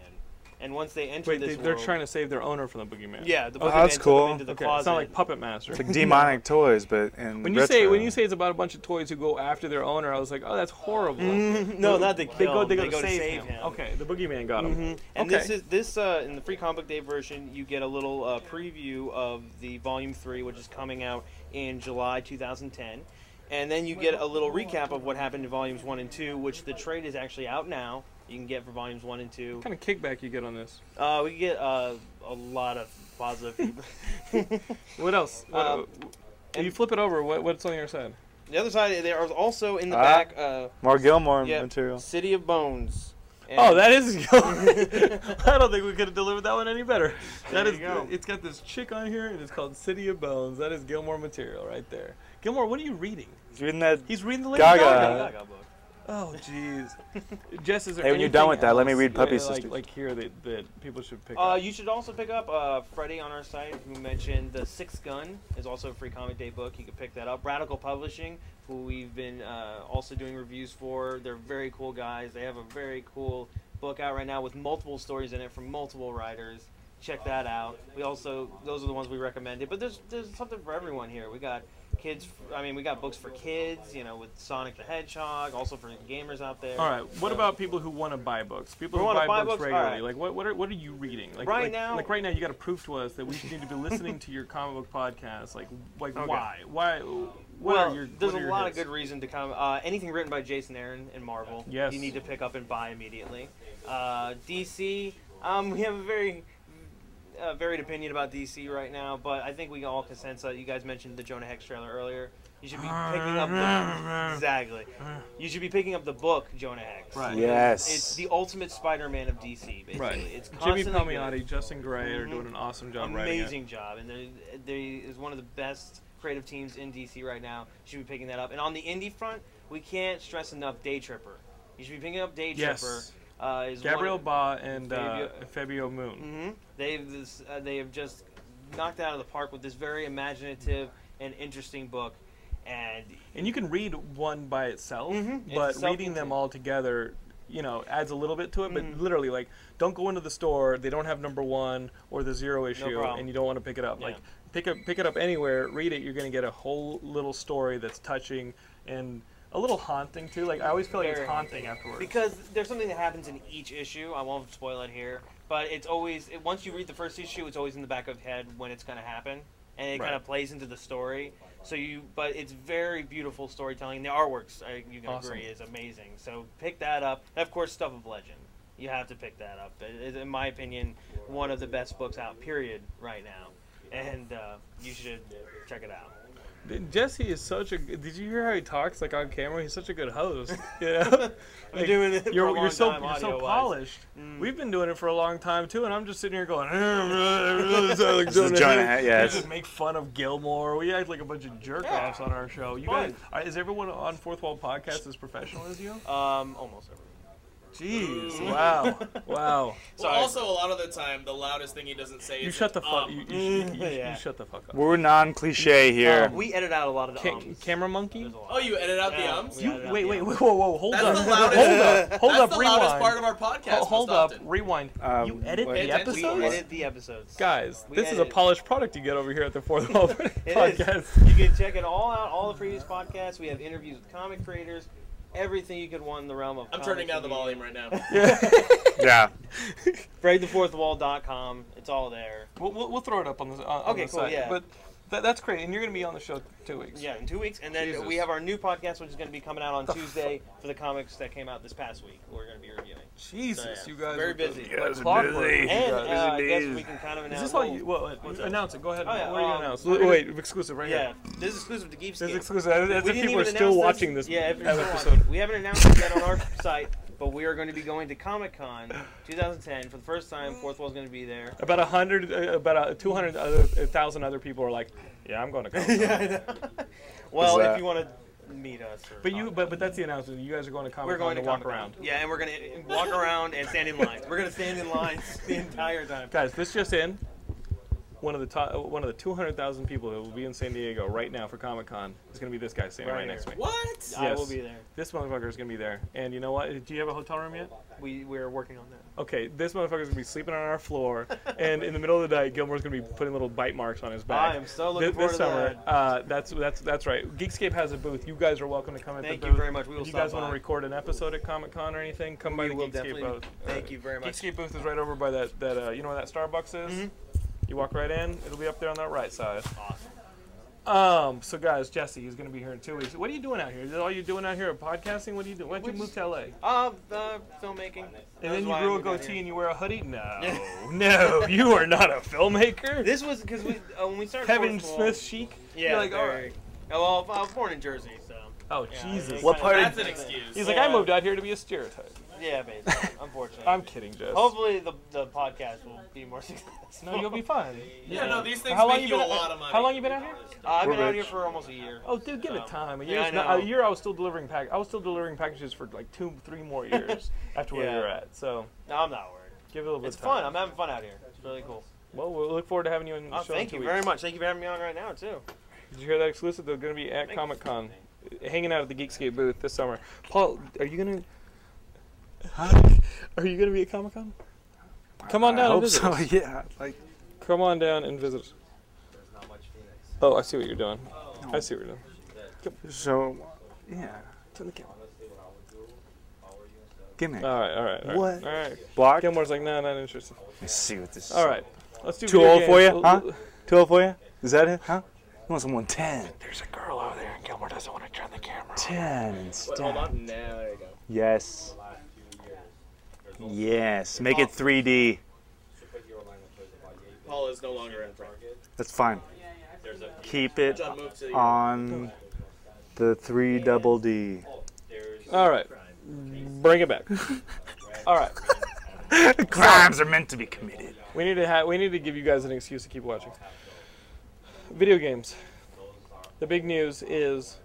And once they enter Wait, this they, they're world, trying to save their owner from the boogeyman. Yeah, the Oh, boogeyman that's took him cool. into the Okay. closet. It's not like Puppet Master. It's like demonic toys, but in when you say when retro. you say it's about a bunch of toys who go after their owner, I was like, oh, that's horrible. <laughs> no, not the kill. Mm-hmm. They go, they him, Um, Mm-hmm. go, to save, him. Okay, Mm-hmm. the boogeyman got him. And okay. this is this uh, in the free comic day version. You get a little uh, preview of the volume three, which is coming out in July 2010, and then you get a little recap of what happened in volumes one and two, which the trade is actually out now. You can get for volumes one and two. What kind of kickback you get on this? Uh, we get uh, a lot of <laughs> positive. feedback. What else? What, Um, uh, when you flip it over. What, what's on your side? the other side, there is also in the Ah. back. Uh, more Gilmore yeah, material. City of Bones. And <laughs> Oh, that is. <laughs> <laughs> I don't think we could have delivered that one any better. That There is. you go. It's got this chick on here, and it's called City of Bones. That is Gilmore material right there. Gilmore, what are you reading? He's reading that. He's reading the Lady Gaga. Gaga. Gaga book. Oh, jeez. Jess, is there Hey, when you're done anything with that, let me else read you would Puppy like, Sisters. Like here, that, that people should pick Uh, up. you should also pick up uh, Freddie on our site, who mentioned The Sixth Gun is also a free comic day book. You can pick that up. Radical Publishing, who we've been uh, also doing reviews for, they're very cool guys. They have a very cool book out right now with multiple stories in it from multiple writers. Check that out. We also those are the ones we recommended, but there's there's something for everyone here. We got kids. I mean, we got books for kids, you know, with Sonic the Hedgehog, also for gamers out there. All right. What So- about people who want to buy books? People Who who wanna buy, buy books, books? regularly. Alright. Like, what, what, are, what are you reading? Like, Right like- now- like right now, you got to prove to us that we should need to be listening to your comic book podcast. Like, like why? Why? What well, are your? there's what are a your lot hits? of good reason to come. Uh, anything written by Jason Aaron in Marvel, Yes. you need to pick up and buy immediately. Uh, DC, um, we have a very uh, varied opinion about DC right now, but I think we can all consensus. that You guys mentioned the Jonah Hex trailer earlier. You should be picking up the, exactly. You should be picking up the book Jonah Hex. Right. Yes. It's the ultimate Spider-Man of DC. Basically, Right. it's Jimmy constantly good Palmiotti, Justin Gray are Mhm. doing an awesome job writing amazing job, and they they is one of the best creative teams in DC right now. Should be picking that up. And on the indie front, we can't stress enough Day Tripper. You should be picking up Day Yes. Tripper. Uh, is it. Gabriel one, Ba and uh, Fabio- Fabio Moon. Mhm. They've this uh, they have just knocked it out of the park with this very imaginative and interesting book, and And you can read one by itself, Mhm. but It's reading them self-contained. Mm. all together, you know, adds a little bit to it. But literally, like, don't go into the store. They don't have number one or the zero issue, problem. and you don't want to pick it up. Yeah. Like, pick up, pick it up anywhere. Read it. You're gonna get a whole little story that's touching and a little haunting too. Like, I always feel like Very it's haunting afterwards. because there's something that happens in each issue. I won't spoil it here, but it's always it, once you read the first issue, it's always in the back of your head when it's going to happen, and it Right. kind of plays into the story. So you, but it's very beautiful storytelling. The artworks, I, you can Awesome. agree, is amazing. So pick that up, and of course, Stuff of Legend. You have to pick that up. It is, in my opinion, one of the best books out, period, right now, and uh, you should check it out. Jesse is such a. Did you hear how he talks like on camera? He's such a good host. You know, been doing it for You're, a long you're so time, you're so audio-wise. Mm. polished. We've been doing it for a long time too, and I'm just sitting here going. <laughs> <laughs> like This is Jonah Hex, yeah, We it's- just make fun of Gilmore. We act like a bunch of jerk offs on our show. You Fun. guys, are- is everyone on Fourth Wall Podcast as professional as <laughs> you? Um, almost everything. Jeez, wow, wow. Well, also, a lot of the time, the loudest thing he doesn't say is You shut the fuck. um. You, you, you, you, Yeah. you shut the fuck up. We're Oh, non-cliche here. Um, We edit out a lot of the Ca- ums. camera monkey. um, There's a lot. Oh, you edit out Yeah, the ums? we You edit out wait, the wait, ums. wait, whoa, whoa, hold That's up, the loudest- hold up, hold That's up, the rewind. loudest part of our podcast. Ho- hold most up, often. rewind. Um, you edit wait. the Attention. We episodes, edit the episodes. guys. We This is a edit. polished product you get over here at the <laughs> Fourth Wall It Podcast. <laughs> is. You can check it all out, all the previous podcasts. We have interviews with comic creators, everything you could want in the realm of. I'm comics turning down and the media. volume right now. <laughs> yeah. Breakthefourthwall.com. It's all there. We'll, we'll, we'll throw it up on the on, on Okay, the cool, site. yeah. But that, that's great, and you're going to be on the show two weeks. Yeah, in two weeks, and then Jesus. we have our new podcast, which is going to be coming out on Tuesday for the comics that came out this past week. We're going to be reviewing. <laughs> Jesus, So, yeah. you guys. Very are good. busy. Like guys are clockwork. busy. You And guys- uh, I guess days. we can kind of announce. is this how you? Well, wait, what's announce it. Go ahead. Oh, yeah, what are you um, gonna announce? we're gonna- Wait, exclusive right Yeah, here. this is exclusive to Geekscape. This is exclusive. As as We if didn't people are even still announce watching this Yeah, if you're still episode. watching. We haven't announced it yet on <laughs> our site, but we are going to be going to Comic Con 2010 for the first time. Fourth Wall's going to be there. About a hundred, uh, about a two hundred, a thousand other people are like, "Yeah, I'm going <laughs> to come." Well, Is if that- you want to meet us, or But <laughs> you, but but that's the announcement. You guys are going to Comic we're going to, to walk Comic-Con. around. Yeah, and we're going to <laughs> walk around and stand in lines. We're going to stand in lines the entire time. Guys, this just in. one of the top, one of the 200,000 people that will be in San Diego right now for Comic Con is going to be this guy standing right, Right next to here. me. What? I Yes. will be there. This motherfucker is going to be there. And you know what? Do you have a hotel room yet? We we're working on that. Okay, this motherfucker's gonna be sleeping on our floor, and in the middle of the night, Gilmore's gonna be putting little bite marks on his back. I am so looking Thi- this, forward to summer. Uh, that's that's that's right. Geekscape has a booth. You guys are welcome to come in. Thank the you booth. very much. We will If you guys stop want to by. record an episode at Comic Con or anything, come by We the will Geekscape definitely. booth. Thank you very much. Geekscape booth is right over by that that uh, you know where that Starbucks is. You walk right in. It'll be up there on that right side. Awesome. Um. So guys, Jesse is gonna be here in two weeks. What are you doing out here? Is all you doing out here? Podcasting? What do you do? Why'd you We're move just- to LA? Uh, the filmmaking. And then you why I grew a moved out goatee here. and you wear a hoodie? No, no, you are not a filmmaker. This was because we uh, when we <laughs> started. Kevin Fourth Wall- Smith chic. Yeah. You're like, all very- right. Oh, Well, I was born in Jersey, so Oh yeah, Jesus. it's What kinda- part of- That's an excuse. He's like, Yeah. I moved out here to be a stereotype. Yeah, <laughs> basically. Unfortunately. I'm kidding, Jess. Hopefully the the podcast will be more <laughs> successful. No, you'll be fine. yeah, no, these things How long make you you, been a out- lot of money. how long you been out here? Uh, I've We're been out here rich. for almost a year. Oh, dude, give it Um, time. A yeah, year, I not, a know. year I was still delivering pack. I was still delivering packages for like two, three more <laughs> years after where Yeah. you're at. So No, I'm not worried. give it a little bit. It's of time. fun. I'm having fun out here. It's really cool. Well, we'll look forward to having you on the Oh, show. in thank two you weeks. very much. Thank you for having me on right now too. Did you hear that exclusive? They're going to be at Thank Comic Con, hanging out at the Geekscape booth this summer. Paul, are you going to? Are you going to be at Comic Con? Come on I down and hope visit. so. us. <laughs> Yeah, like Come on down and visit. us. There's not much Phoenix. Oh, I see what you're doing. I see what you're doing. so. Yeah, Turn the camera. Honestly, what I would do, if I were you instead of gimmick. All right, all right, all right. What? All right. Block. Gilmore's like, no, not interested. Let's see what this. is. All right, let's do. Too video old for games. you, L- huh? l- Too old for you? Is that it? Huh? You want someone ten? There's a girl over there, and Gilmore doesn't want to turn the camera. on. Ten Wait, instead. hold on. No, there you go. Yes. last two years, Yes. Make it 3D. superhero lineup was about yay big. Paul is no longer in front. That's fine. There's a Keep it John moved to the. on the three double D. there's All right, bring it back. all right, Crimes are meant to be committed. we need to ha- we need to give you guys an excuse to keep watching. Video games. The big news is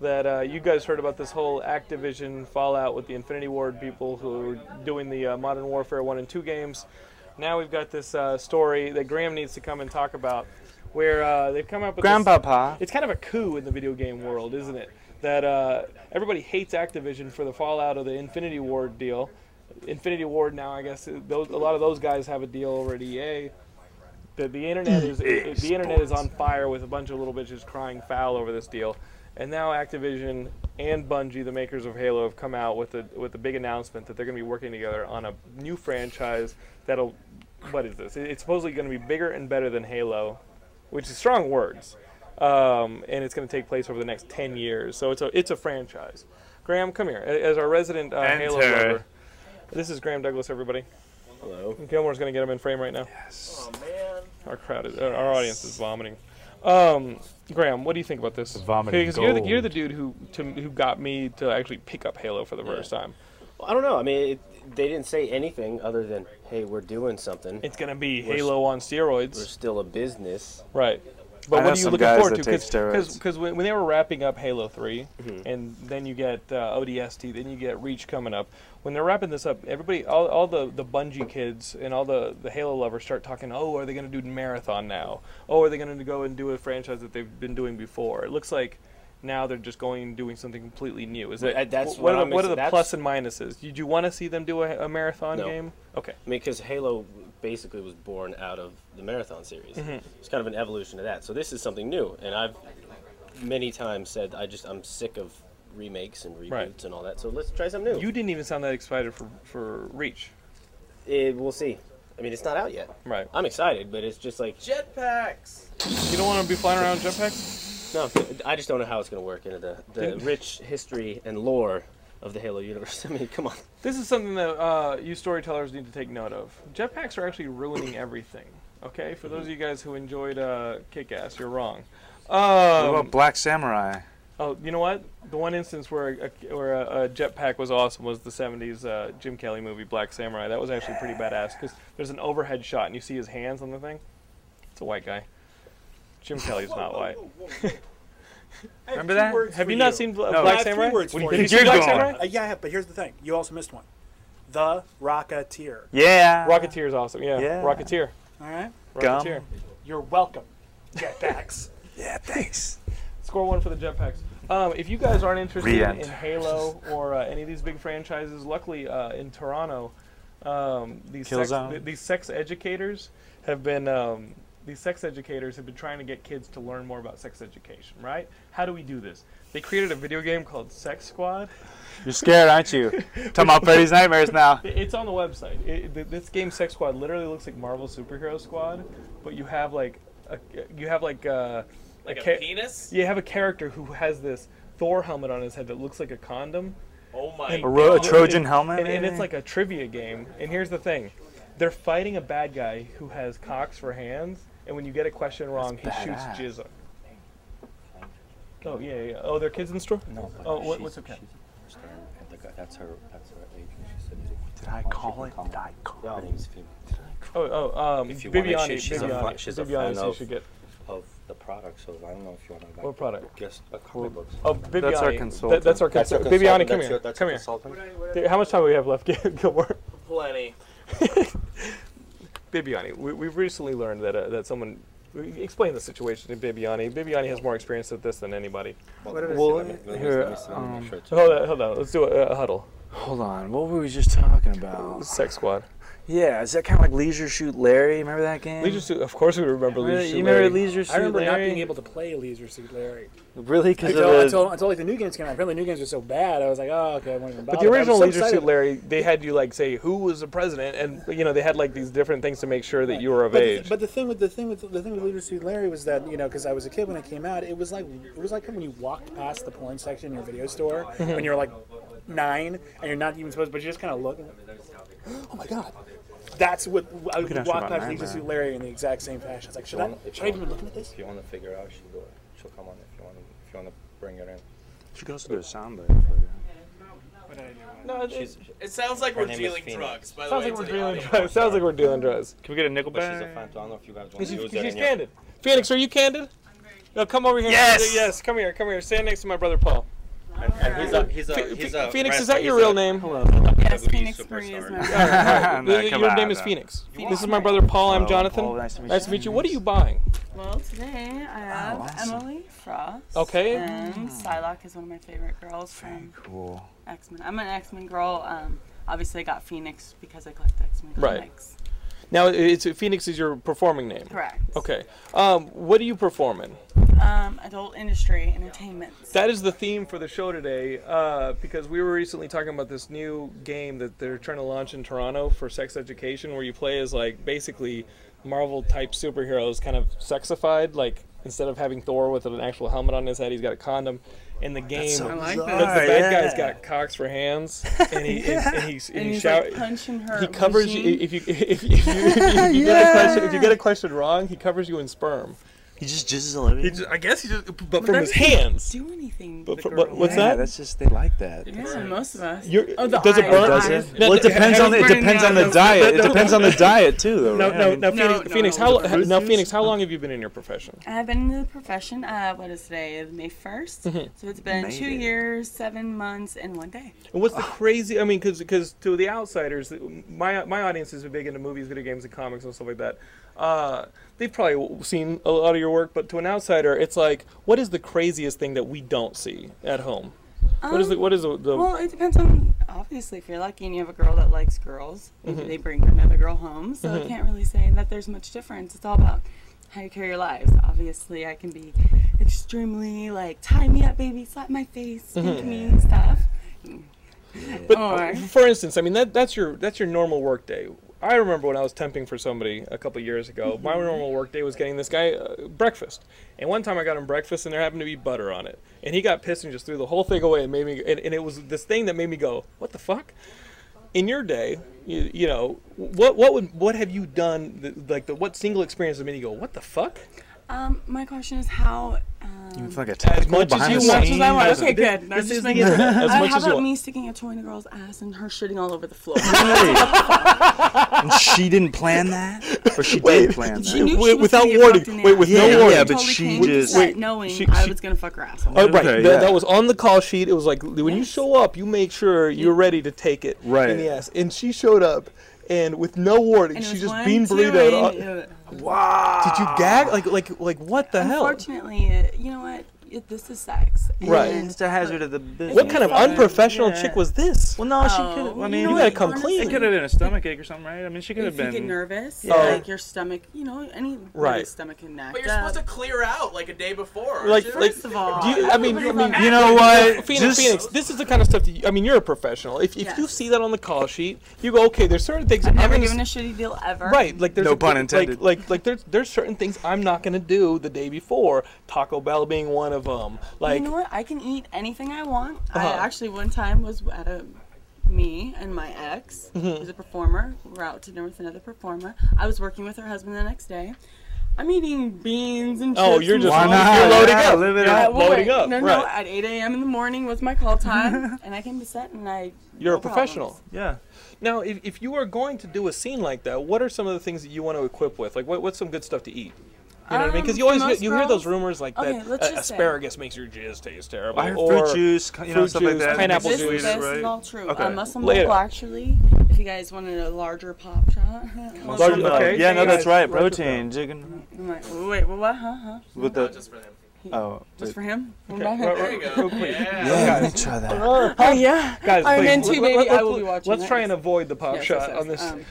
that uh, you guys heard about this whole Activision fallout with the Infinity Ward people who were doing the uh, Modern Warfare 1 and 2 games. Now we've got this uh, story that Graham needs to come and talk about where uh, they've come up with this- Grandpapa. it's kind of a coup in the video game world, isn't it? That uh, everybody hates Activision for the fallout of the Infinity Ward deal. Infinity Ward now, I guess, uh, those, a lot of those guys have a deal over at EA. The, the internet is the internet is on fire with a bunch of little bitches crying foul over this deal, and now Activision and Bungie, the makers of Halo, have come out with a with a big announcement that they're going to be working together on a new franchise that'll what is this? It- It's supposedly going to be bigger and better than Halo, which is strong words um, and it's going to take place over the next 10 years. So it's a it's a franchise. Graham, come here A- as our resident uh, Halo Enter. lover. This is Graham Douglas, everybody. Hello. Gilmore's going to get him in frame right now. Oh man. Our crowd, is, our- our audience is vomiting. Um, Graham, what do you think about this? Vomiting Because you're the, gold. you're the dude who to, who got me to actually pick up Halo for the first time. I don't know. I mean, it, they didn't say anything other than, "Hey, we're doing something. It's going to be We're s- Halo on steroids. We're still a business." Right. But I know what are you some looking guys forward to? that take steroids. Mm-hmm. Because when, when they were wrapping up Halo 3, and then you get uh, ODST, then you get Reach coming up. When they're wrapping this up, everybody, all, all the, the Bungie kids and all the, the Halo lovers start talking, oh, are they going to do Marathon now? Oh, are they going to go and do a franchise that they've been doing before? It looks like now they're just going and doing something completely new. Is But, uh, that, that's what, what are I'm the, what are the ex- plus and minuses? Did you want to see them do a, a Marathon No. game? Okay. I mean, because Halo basically was born out of the marathon series. Mm-hmm. It's kind of an evolution of that. So this is something new, and I've many times said I just I'm sick of remakes and reboots Right. and all that. So let's try something new. You didn't even sound that excited for, for Reach. Eh, we'll see. I mean, it's not out yet. Right. I'm excited, but it's just like Jetpacks. You don't want to be flying around jetpacks? no. I just don't know how it's going to work into the the Dude. rich history and lore of the Halo universe. <laughs> I mean, come on. This is something that uh, you storytellers need to take note of. Jetpacks are actually ruining everything. Okay, for those of you guys who enjoyed uh, Kick Ass, you're wrong. What Um, about Black Samurai? oh, you know what? The one instance where a, where a, a jetpack was awesome was the '70s uh, Jim Kelly movie Black Samurai. That was actually pretty badass because there's an overhead shot and you see his hands on the thing. It's a white guy. Jim Kelly's not white. Remember that? Have you not seen Bla- No. I Black have three Samurai? words What do you for Have think you seen you're Black going? Samurai? Uh, yeah, but here's the thing: you also missed one. The Rocketeer. Yeah. Rocketeer is awesome. Yeah, Yeah. Rocketeer. All right. Gum. Rocketeer. You're welcome, jetpacks. Yeah, thanks. Score one for the jetpacks. Um, if you guys aren't interested in, Re-ent. in Halo or uh, any of these big franchises, luckily uh, in Toronto, um, these sex, Killzone. th- these sex educators have been um, these sex educators have been trying to get kids to learn more about sex education. Right? How do we do this? They created a video game called Sex Squad. You're scared, aren't you? Talking about Freddy's Nightmares now. It- It's on the website. It, th this game Sex Squad literally looks like Marvel Superhero Squad, but you have like a, you have like uh, Like a, ca- penis? You have a character who has this Thor helmet on his head that looks like a condom, Oh my And- A, ro- a Oh, Trojan helmet? and, and it's maybe? like a trivia game. And here's the thing: they're fighting a bad guy who has cocks for hands, and when you get a question wrong, he shoots badass. jizz. on- Oh yeah, yeah. Oh, there are kids in the store. No, but Oh, what- she's- what's okay? she's first time, and the guy- That's her. That's her age. and She said, Did I call it? Did I call Her No, name's female Oh, oh, um, If you want it, Viviani, she- she's a Viviani, fan- she's a Viviani, fan so you of- should get. of the product. So I don't know if you want to. Like, What product? Just a comic books. Oh, Viviani. our That- consultant. that's our That's your consultant. Viviani, consultant, come that's here. your- that's come your here. consultant. Dude, how much time do we have left, <laughs> Gil- Gilmore? plenty. Bibiani, we, we've recently learned that uh, that someone explain the situation to Bibiani. Bibiani has more experience with this than anybody. Well, Let me- let me- let here, me- let me- let me make sure it's- Hold on, hold on. Let's do a, a huddle. Hold on. What were we just talking about? Sex Squad. Yeah, is that kind of like Leisure Shoot Larry? Remember that game? Leisure Suit. Of course, we remember Remember- Leisure you Suit. remember Larry. Leisure Suit I remember not Larry? being able to play Leisure Suit Larry Really? Because of until, the until, until like the new games came out. Apparently, new games were so bad. I was like, oh okay, I won't even bother. But the I was original so Leisure excited. Suit Larry, they had you like say who was the president, and you know they had like these different things to make sure that you were of But the, age. but the thing with the thing with the thing with Leisure Suit Larry was that you know because I was a kid when it came out, it was like it was like when you walked past the porn section in your video store when you were like nine and you're not even supposed, but you just kind of look. <gasps> Oh my god, that's what I would can ask her walk about past Nightmare. Leisure Suit Larry in the exact same fashion. It's like should I If you should I even want- be looking at this? If you want to figure out, she'll do it. She'll come on. If you want to, if you want to bring her in. She goes to do a soundbite <laughs> for you. no, it, She's she's It sounds like Her we're name is dealing Phoenix. drugs, by the sounds way. like to we're the dealing audience. drugs. <laughs> Sounds like we're dealing drugs. Can we get a nickel but she's a back? fan. So I don't know if you guys want She's, to use she's it. in your- candid. Phoenix, are you candid? No, come over here. Yes! Yes, come here, come here. Stand next to my brother Paul. And, and he's a he's a Ph- he's a Phoenix, is wrestler. that <laughs> your He's real a name? <laughs> Hello. Yes, WWE Phoenix superstar. Marie <laughs> is my <laughs> No, Your come your on name is now. Phoenix. Phoenix. This is my brother Paul. I'm Hello, Jonathan. Paul, nice to meet you. What are you buying? Well, today I have Emily Frost. Okay. And Psylocke is one of my favorite girls from Cool. X Men. I'm an X Men girl. Um, obviously, I got Phoenix because I collect X Men Right. comics. Now, it's Phoenix is your performing name. Correct. Okay. Um, what do you perform in? Um, adult industry entertainment. That is the theme for the show today, uh, because we were recently talking about this new game that they're trying to launch in Toronto for sex education, where you play as like basically Marvel type superheroes, kind of sexified. Like instead of having Thor with an actual helmet on his head, he's got a condom. In the game, like the, the bad guy's got cocks for <laughs> hands, and he and, and he, and And he, he's shout- like punching her. he covers you vagine. if you <laughs> if, if you, if you, if you get a question if you get a question wrong, he covers you in sperm. He just jizzes a little I guess he just but from doesn't his hands. Do anything. But to for- the but girl. what's Yeah, that? that's just they like that. Yeah, most of us. You're, Oh, the does it eyes. burn? Does it? No, Well, it the- depends on the, it burning depends down on the those- diet. <laughs> no, It depends on the diet too, though. No, right? no, no, Phoenix. no, Phoenix no, how, the how now, Phoenix? How long have you been in your profession? I've been in the profession. Uh, what is today? May 1st Mm-hmm. So it's been two Made it. years, seven months, and one day. And what's the crazy? I mean, because to the outsiders, my my audience is big into movies, video games, and comics and stuff like that. Uh, they've probably seen a lot of your work, but to an outsider, it's like, what is the craziest thing that we don't see at home? what Um, is the what is the, the Well, it depends on. Obviously, if you're lucky and you have a girl that likes girls, maybe Mm-hmm. they bring another girl home. So I can't really say that there's much difference. It's all about how you carry your lives. Obviously, I can be extremely like tie me up, baby, slap my face, Mm-hmm. spank me, and stuff. But Or- for instance, I mean that that's your that's your normal work day. I remember when I was temping for somebody a couple years ago. My normal work day was getting this guy uh, breakfast, and one time I got him breakfast, and there happened to be butter on it, and he got pissed and just threw the whole thing away, and made me, and, and it was this thing that made me go, "What the fuck?" In your day, you, you know, what what would what have you done? That, like the what single experience has made you go, "What the fuck?" Um, my question is how. Um, It's like a As much as behind you the want, much as I want. This- Okay, good. this That's is just the <laughs> making sure. internet. As Uh, much how as you about want. me sticking a toy in a girl's ass and her shitting all over <laughs> the floor? and she didn't plan that, <laughs> or she did plan She that. knew she Wait, was without gonna get warning. fucked in the Wait, with ass. no She warning. Yeah, but totally she came to just- set Wait, knowing she- I she- was gonna fuck her asshole. Oh, right. Okay, that, yeah. that was on the call sheet. It was like when you Yes. show up, you make sure you're ready to take it Right. in the ass. And she showed up, and with no warning, And it she was just one, bean two, burritoed. and- on- Wow! Did you gag? Like like like what the hell? Unfortunately, it, you know what? It, this is sex. Right. And It's the hazard of the business. What kind of unprofessional Yeah. chick was this? Well, no, she Oh, could've- I you mean, know you what? gotta come Honestly- It clean. could have been a stomach ache or something, right? I mean, she could have if you been get nervous, Yeah. like your stomach, you know, any Right. stomach can act But you're supposed to clear out like a day before. aren't Like, you? like, First of all, do you, I mean, I mean, You know what? Phoenix, Just- Phoenix, this is the kind of stuff that you, I mean, you're a professional. If, if you Yes. see that on the call sheet, you go, okay, there's certain things I've never I'm gonna given a s- shitty deal ever. Right, like there's No a- pun like- intended. Like, like, there's there's certain things I'm not gonna do the day before. Taco Bell being one of them. Like, you know what? I can eat anything I want. I Uh-huh. actually one time was at a me and my ex, Mm-hmm. who's a performer, we were out to dinner with another performer. I was working with her husband the next day. I'm eating beans and oh, chips you're and just Why you're not? loading Yeah, up, live it you're up. Uh, well, loading wait, up. No, right. no, at 8 a.m. in the morning was my call <laughs> time, and I came to set and I. You're no a professional. problems. Yeah. Now, if, if you are going to do a scene like that, what are some of the things that you want to equip with? Like, what, what's some good stuff to eat? You know what I mean? Because Um, you always for hear, you hear most those girls- rumors like Okay, that let's uh, just say- asparagus makes your jizz taste terrible, I heard or fruit juice, you know, fruit stuff like juice, that. pineapple This, Apple juice. this juice, right? is all true. Okay. Uh, Muscle Later. Mobile, actually, if you guys wanted a larger pop shot. <laughs> Larger- Some, uh, okay. Yeah, no, Yeah, that's right. right. Protein, chicken I'm like, wait, what, what, huh, huh? with No, the just for him. oh. Just wait. for him? <laughs> There you go. Yeah. Yeah, let me try that. Oh, yeah. Guys, Iron Man please, 2, let- let- baby, I let- will be watching Let's that. try and avoid the pop Yes, shot yes, on yes. this.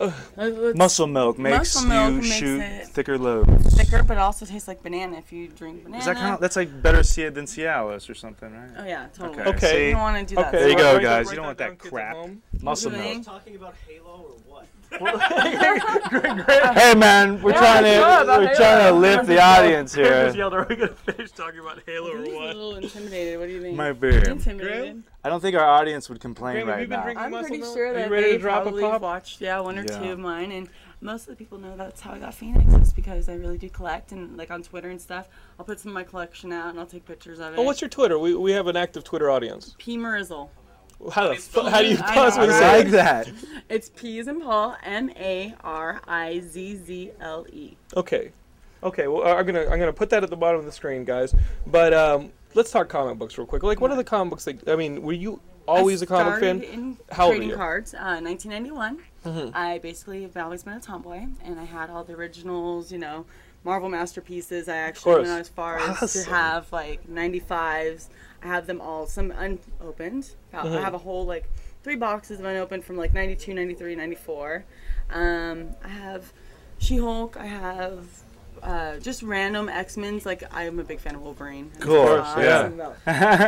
Um, let's- let's- Muscle milk makes Muscle milk you makes shoot it- thicker loads. thicker, but it also tastes like banana if you drink banana. Is that kind of that's like better C- than Cialis or something, right? Oh yeah, totally. Okay. Okay. You don't want to do that. Okay, There you write- go, write guys. write You don't want down, that kids at crap. home. Muscle Really? milk. Talking about Halo or what? Hey man, we're trying to we're trying to lift the audience Just here. yelled, "Are we gonna finish talking about Halo or He's a what?" little intimidated. What do you think? My beer. Intimidated. I don't think our audience would complain Graham, have you right been now. drinking I'm muscle pretty milk? sure Are that you ready they to drop a probably pop? watched yeah one or Yeah. two of mine, and most of the people know that's how I got Phoenix is because I really do collect and like on Twitter and stuff. I'll put some of my collection out and I'll take pictures of it. Oh, what's your Twitter? We, we have an active Twitter audience. P Marizzle? How the fu- how do you I possibly know, say right? that? I like that. It's P as in Paul, M A R I Z Z L E. Okay, okay. Well, I- I'm gonna I'm gonna put that at the bottom of the screen, guys. But um, let's talk comic books real quick. Like, what are the comic books that? I mean, were you always a comic fan? started In How old are trading you? Mm-hmm. cards, uh, 1991. I basically have always been a tomboy, and I had all the originals, you know, Marvel masterpieces. I actually course. went as far as to have like 95s. I have them all, some unopened. I- Mm-hmm. I have a whole like three boxes of unopened from like 92, 93, 94. Um, I have She Hulk. I have. Uh, just random X Men's. Like I'm a big fan of Wolverine. Of course, yeah. <laughs>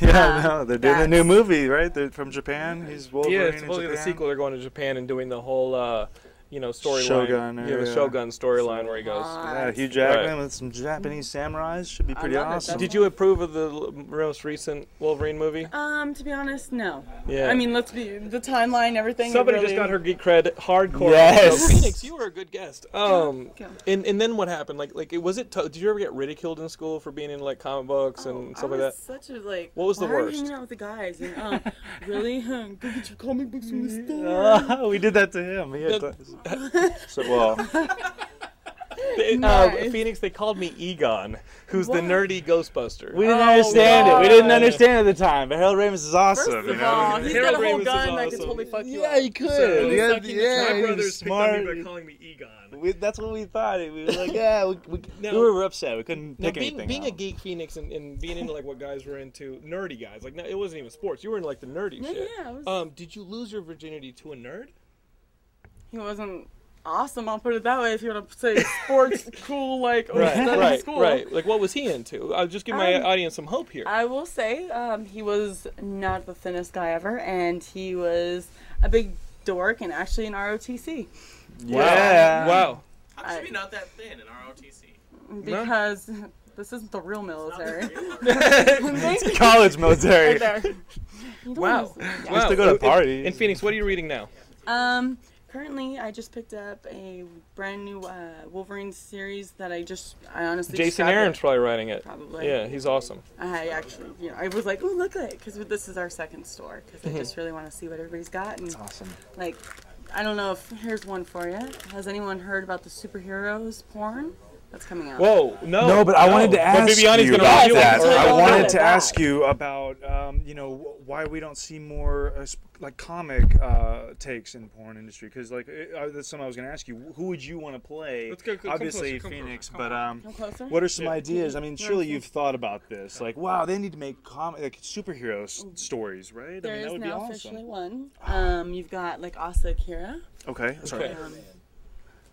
Yeah, no, they're doing a new that's- movie, right? They're from Japan. He's Wolverine. Yeah, in it's supposedly the Japan. sequel. They're going to Japan and doing the whole, uh, you know, storyline. Shogun yeah, area. the Shogun storyline where he goes. Yeah, Uh, Hugh Jackman Right. with some Japanese samurais should be I pretty love it. awesome. Did you approve of the l- most recent Wolverine movie? Um, to be honest, no. Yeah. I mean, let's be the timeline, everything. Somebody really- just got her geek cred hardcore. Yes. So, Phoenix, you were a good guest. Um, Yeah. and, and then what happened? Like like it was it? To- did you ever get ridiculed in school for being in like comic books and Oh, I stuff was like that? Such a like. What was the why are you worst? hanging out with the guys? And, <laughs> um, really? Huh, Go get your comic books from the <laughs> store. we did that to him. He had No. to- <laughs> so, Oh, well, They- uh, Nice. Phoenix, they called me Egon, who's the What? nerdy Ghostbuster. we didn't understand it. We didn't understand at the time. But Harold Ramis is awesome. First you of know? all, he's got Harold a whole Ramis is gun that could awesome. totally fuck you yeah, up. he could. Yeah, Sucking the- yeah, my he brothers was picked on smart. me by calling me Egon. We, that's what we thought. We <laughs> were like, yeah, we, we, Now- we were upset. We couldn't Now, pick being, anything. being a out. geek Phoenix and, and being into like what guys were into, nerdy guys, like no, it wasn't even sports. You were into like the nerdy Yeah, shit. yeah, I was- Um, did you lose your virginity to a nerd? He wasn't awesome. I'll put it that way. If you want to <laughs> say sports, cool, like <laughs> oh, he's not in right, school. right. Like what was he into? I'll just give my Um, audience some hope here. I will say um, he was not the thinnest guy ever, and he was a big dork and actually an ROTC. yeah. Wow. How could you be not that thin in ROTC? Uh, because <laughs> this isn't the real <laughs> military. <laughs> It's college <laughs> military. There. You don't Wow. wanna see- yeah. wow. to go to And- parties. And Phoenix, what are you reading now? Um, currently, I just picked up a brand new uh, Wolverine series that I just, I honestly just Jason grabbed it. Aaron's probably writing it. Probably. Yeah, he's awesome. I actually, you know, I was like, oh, look at it, because this is our second store, because Mm-hmm. I just really want to see what everybody's got. And, awesome. like, I don't know if, here's one for you. Has anyone heard about the superheroes porn? that's coming out. Whoa, no. No, but I wanted to But ask Viviani's you gonna about review it. that. That's what I it's wanted all to about. ask you about, um, you know, wh- why we don't see more uh, sp- like comic uh, takes in porn industry. Because like it- uh, that's something I was going to ask you. Who would you want to play? Let's go- go- come Obviously closer, come Phoenix, closer, but um, Come closer. what are some ideas? I mean, Yeah, surely cool. you've thought about this. Like, wow, they need to make comic like superhero s- stories, right? I There mean, is that would be now awesome. officially one. Um, you've got like Asa Akira. Okay, sorry. Okay. Um,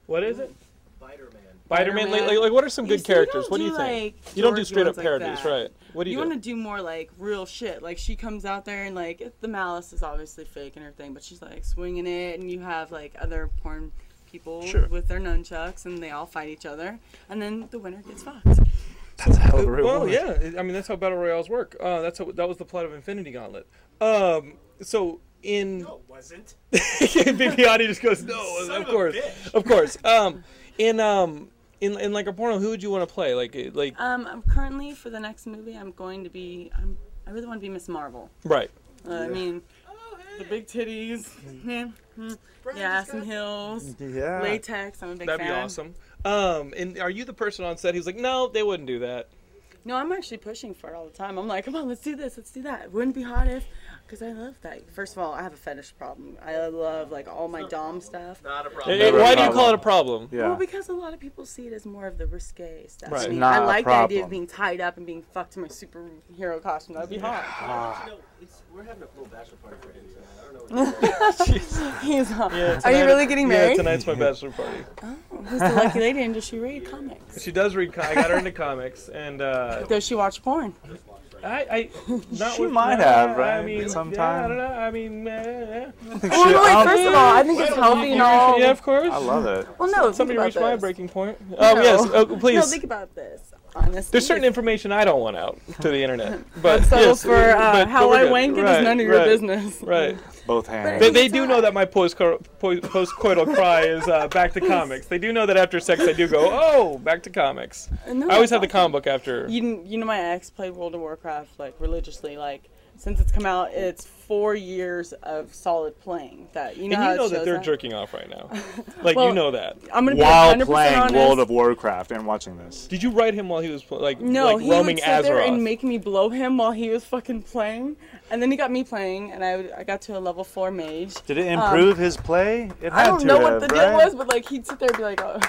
What is it? Spider-Man. Spider-Man. Like, like, Spider-Man. like, what are some You good see, you characters? don't What do you do, think? like, you don't do George straight up ones like parodies, that. right? What do you, you do? want to do more like real shit. Like she comes out there and like the malice is obviously fake and everything, but she's like swinging it, and you have like other porn people Sure. with their nunchucks, and they all fight each other, and then the winner gets fucked. That's a hell of a real Well, one. yeah. it- I mean, that's how battle royales work. Uh, that's how, that was the plot of Infinity Gauntlet. Um, so in No, it <laughs> wasn't. Viviani just goes, no, Son of of a course, bitch." of course. Um, in um, in in like a porno, who would you want to play? Like uh, like Um, I'm currently for the next movie, I'm going to be. I'm, I really want to be Miss Marvel. right. Uh, I mean, the big titties, <laughs> yeah, mm, yeah, some heels, Yeah. latex. I'm a big That'd fan. be awesome. Um, and are you the person on set who's like, no, they wouldn't do that? No, I'm actually pushing for it all the time. I'm like, come on, let's do this, let's do that. Wouldn't it be hot if, because I love that. First of all, I have a fetish problem. I love like all my dom stuff. Not a problem. Hey, hey, Never a why do you call it problem. a problem? Yeah. Well, because a lot of people see it as more of the risque stuff. Right. I mean, Not I a like the idea problem. of being tied up and being fucked in my superhero costume. That'd be hot. You know, it's, we're having a little bachelor party for him tonight. I don't know what he's <laughs> He's hot. Are Tonight- you really getting Yeah, married? tonight's my <laughs> bachelor party. Who's the lucky lady and does she read comics? She does read. co- I got her into comics, and uh, Does she watch porn? I, <laughs> I not She with- might nah, have, I right? mean, yeah, I Sometime. don't know. I mean, eh, Well, Oh, no, I'll- wait, first of all, I think it's healthy and all. eh. yeah, of course. I love it. Well, no, think Somebody about reached my this. breaking point. Um, Oh, No. Yes, <laughs> oh, No, please. think about this. Honestly, There's certain information I don't want out to the <laughs> internet. But So yes, for uh, but- how but we're I good. wank, it is Right, none of your right, <laughs> business. Right. Both They, hands. think they it's do all know right. that my post postcoital cry is uh, back to comics. They do know that after sex I do go, oh, back to comics. <laughs> No, I always have the that's comic book after. You, kn- you know, my ex played World of Warcraft like religiously. Like since it's come out, it's four years of solid playing. That you and know how you it know that shows they're that? jerking off right <laughs> now. Like you Well- know that. I'm gonna be While 100 playing honest. World of Warcraft and watching this. Did you write him while he was pl- like no, like he roaming would sit there Azeroth? and make me blow him while he was fucking playing, and then he got me playing, and I, would- I got to a level four mage. Did it improve his play? It had Um, I don't to know have, what the deal right? was, but like he'd sit there and be like, oh.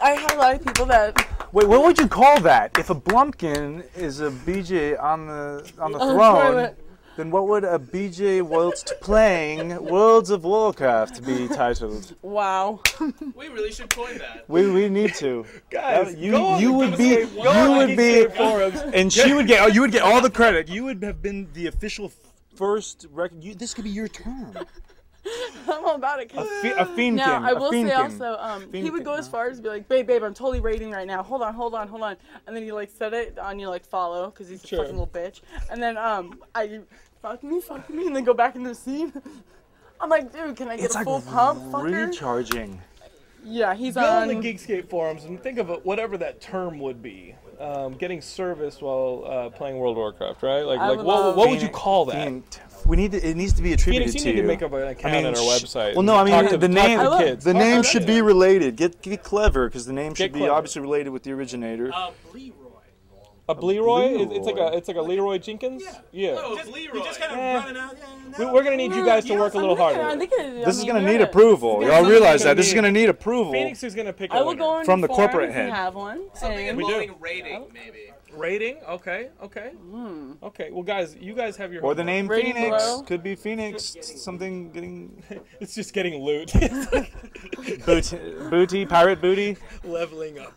I had a lot of people that Wait, what would you call that? If a blumpkin is a BJ on the on the On the throne, toilet. then what would a BJ whilst playing Worlds of Warcraft be titled? wow. <laughs> We really should coin that. We we need to. Guys, you go on you the would be Geekscape- go on you the would be Geekscape forums. and she would get you would get all the credit. You would have been the official first record. You, this could be your term. I'm all about it. 'cause- A, fe- a fiendkin. Now I a will say fiendkin. also, um, he Fiendkin, would go as no. far as to be like, "Babe, babe, I'm totally raiding right now. Hold on, hold on, hold on." And then he like said it on you like follow because he's Sure. a fucking little bitch. And then um, I fuck me, fuck me, and then go back into the scene. <laughs> I'm like, dude, can I get It's a like full pump, fucker? recharging. yeah, he's Go on on. the Geekscape forums and think of it, whatever that term would be. Um, getting service while uh, playing World of Warcraft, right? Like, I like would what, love- what would you call that? Fiend- We need to, it needs to be attributed Phoenix, you to need you. to make up an account on our sh- website. Well, no, I and mean talk to- the talk to name. the love- kids. The Talk to name the should kids. be related. Get get clever because the name should be clever. Um, obviously related with the originator. Uh, Leroy. a Bleroy. It's- It's like a Bleroy. it's like a Leroy Jenkins. Yeah. Oh, Leroy. Just kind of Eh. running out. Yeah, We- no. We're gonna need you guys to work a little I harder. think it, this I is mean, gonna we need gotta- approval. it's Y'all gonna realize be- that this is gonna need approval. Phoenix is gonna pick a I will winner. go on From the forum corporate if you head. Have one. Something and- involving rating, maybe. rating. Okay, okay, okay. Well, guys, you guys have your <laughs> Or the homework. name Rating Phoenix below. could be Phoenix. Something getting It's just getting <laughs> loot, booty, booty pirate booty. leveling up.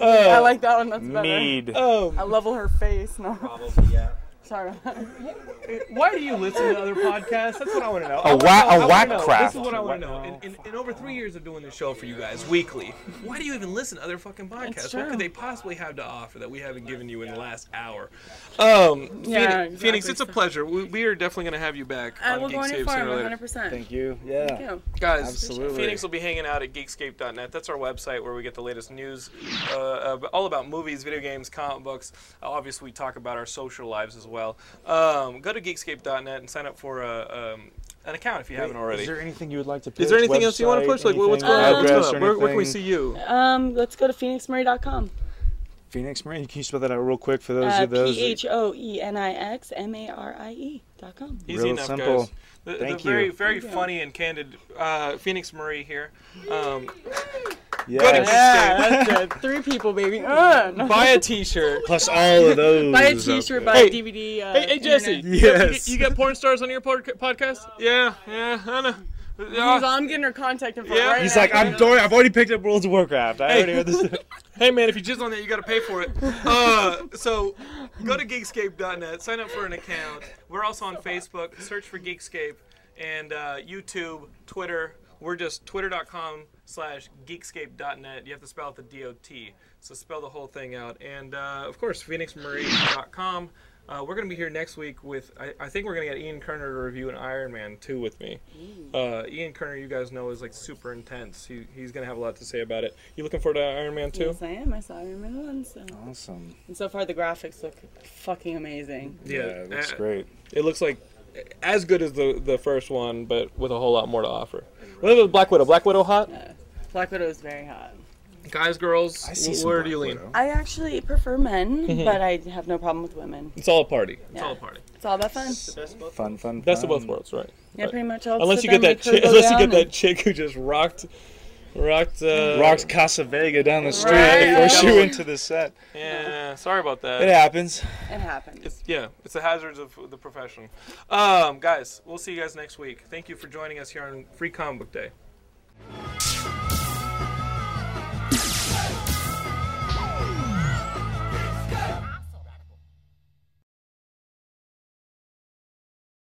I Uh, like that one. That's better. Mead. um, I level her face. No, Probably, yeah. <laughs> sorry. about that. Why do you listen to <laughs> other podcasts? That's what I want to know. A whack- a whack craft. This is what I want to know. In, in, in over three years of doing this show for you guys weekly, why do you even listen to other fucking podcasts? What true. could they possibly have to offer that we haven't given you in the last hour? Um, Phoenix, Yeah, Phoenix, exactly. Uh, it's a pleasure. We, we are definitely going to have you back I on will go on Geekscape it sooner for or later. 100. percent Thank you. Yeah. Guys, Absolutely. Phoenix will be hanging out at geekscape.net. That's our website where we get the latest news, uh, ab- all about movies, video games, comic books. Uh, Obviously, we talk about our social lives as well. Um, go to geekscape.net and sign up for a, um, an account if you haven't already. Is there anything you would like to push? Is there anything else you want to Website, push? Like, what- what's anything, going on? What's address, going on? Where, where can we anything? see you? Um, let's go to phoenixmurray.com. Phoenix Marine. Can you spell that out real quick for those Uh, of those? P H O E N I X M A R I E dot com. Easy Real enough, simple. guys. The, the Thank very, you. very funny and candid uh, Phoenix Marie here. Um, Yes. Good and Yeah, good that's it. Three people, baby. Uh, state. no. <laughs> Buy a T-shirt. Plus all of <laughs> those. Buy a T-shirt, buy Hey. a DVD. Uh, Hey, hey Jesse. internet. you got- you Yes. got- You got porn stars on your pod- podcast? Yeah, yeah, I know. He's Yeah. on, Oh, I'm getting her contact info Yeah. right He's now. like, I'm. Dor- I've already picked up World of Warcraft. I already heard this. Hey man, if you jizz on that, you gotta pay for it. Uh, so go to geekscape.net, sign up for an account. We're also on Facebook. Search for Geekscape and uh, YouTube, Twitter. We're just twitter.com slash geekscape.net. You have to spell out the D-O-T, so spell the whole thing out. And uh, of course, phoenixmarie.com. Uh, we're going to be here next week with, I, I think we're going to get Ian Kerner to review an Iron Man 2 with me. Uh, Ian Kerner, you guys know, is like super intense. He, he's going to have a lot to say about it. You looking forward to Iron Man 2? Yes, I am. I saw Iron Man one. So. Awesome. And so far, the graphics look fucking amazing. Yeah, it looks uh, great. It looks like as good as the the first one, but with a whole lot more to offer. What about Black Widow? Black Widow hot? Black Widow is very hot. Guys, girls, I see wh- some where Black do you lean? Widow. I actually prefer <laughs> men, Mhm. but I have no problem with women. It's all a party. It's Yeah. all a party. It's all about <laughs> fun. Fun, fun. Best fun. of both worlds, right? Yeah, Right. pretty much. Helps Unless with you get them, that, make her chick, go unless you down get that and- chick who just rocked, rocked, uh, Rocked Casa Vega down the street Right. before she went to the set. Yeah, <laughs> sorry about that. It happens. It happens. It's, yeah, it's the hazards of the profession. Um, guys, we'll see you guys next week. Thank you for joining us here on Free Comic Book Day.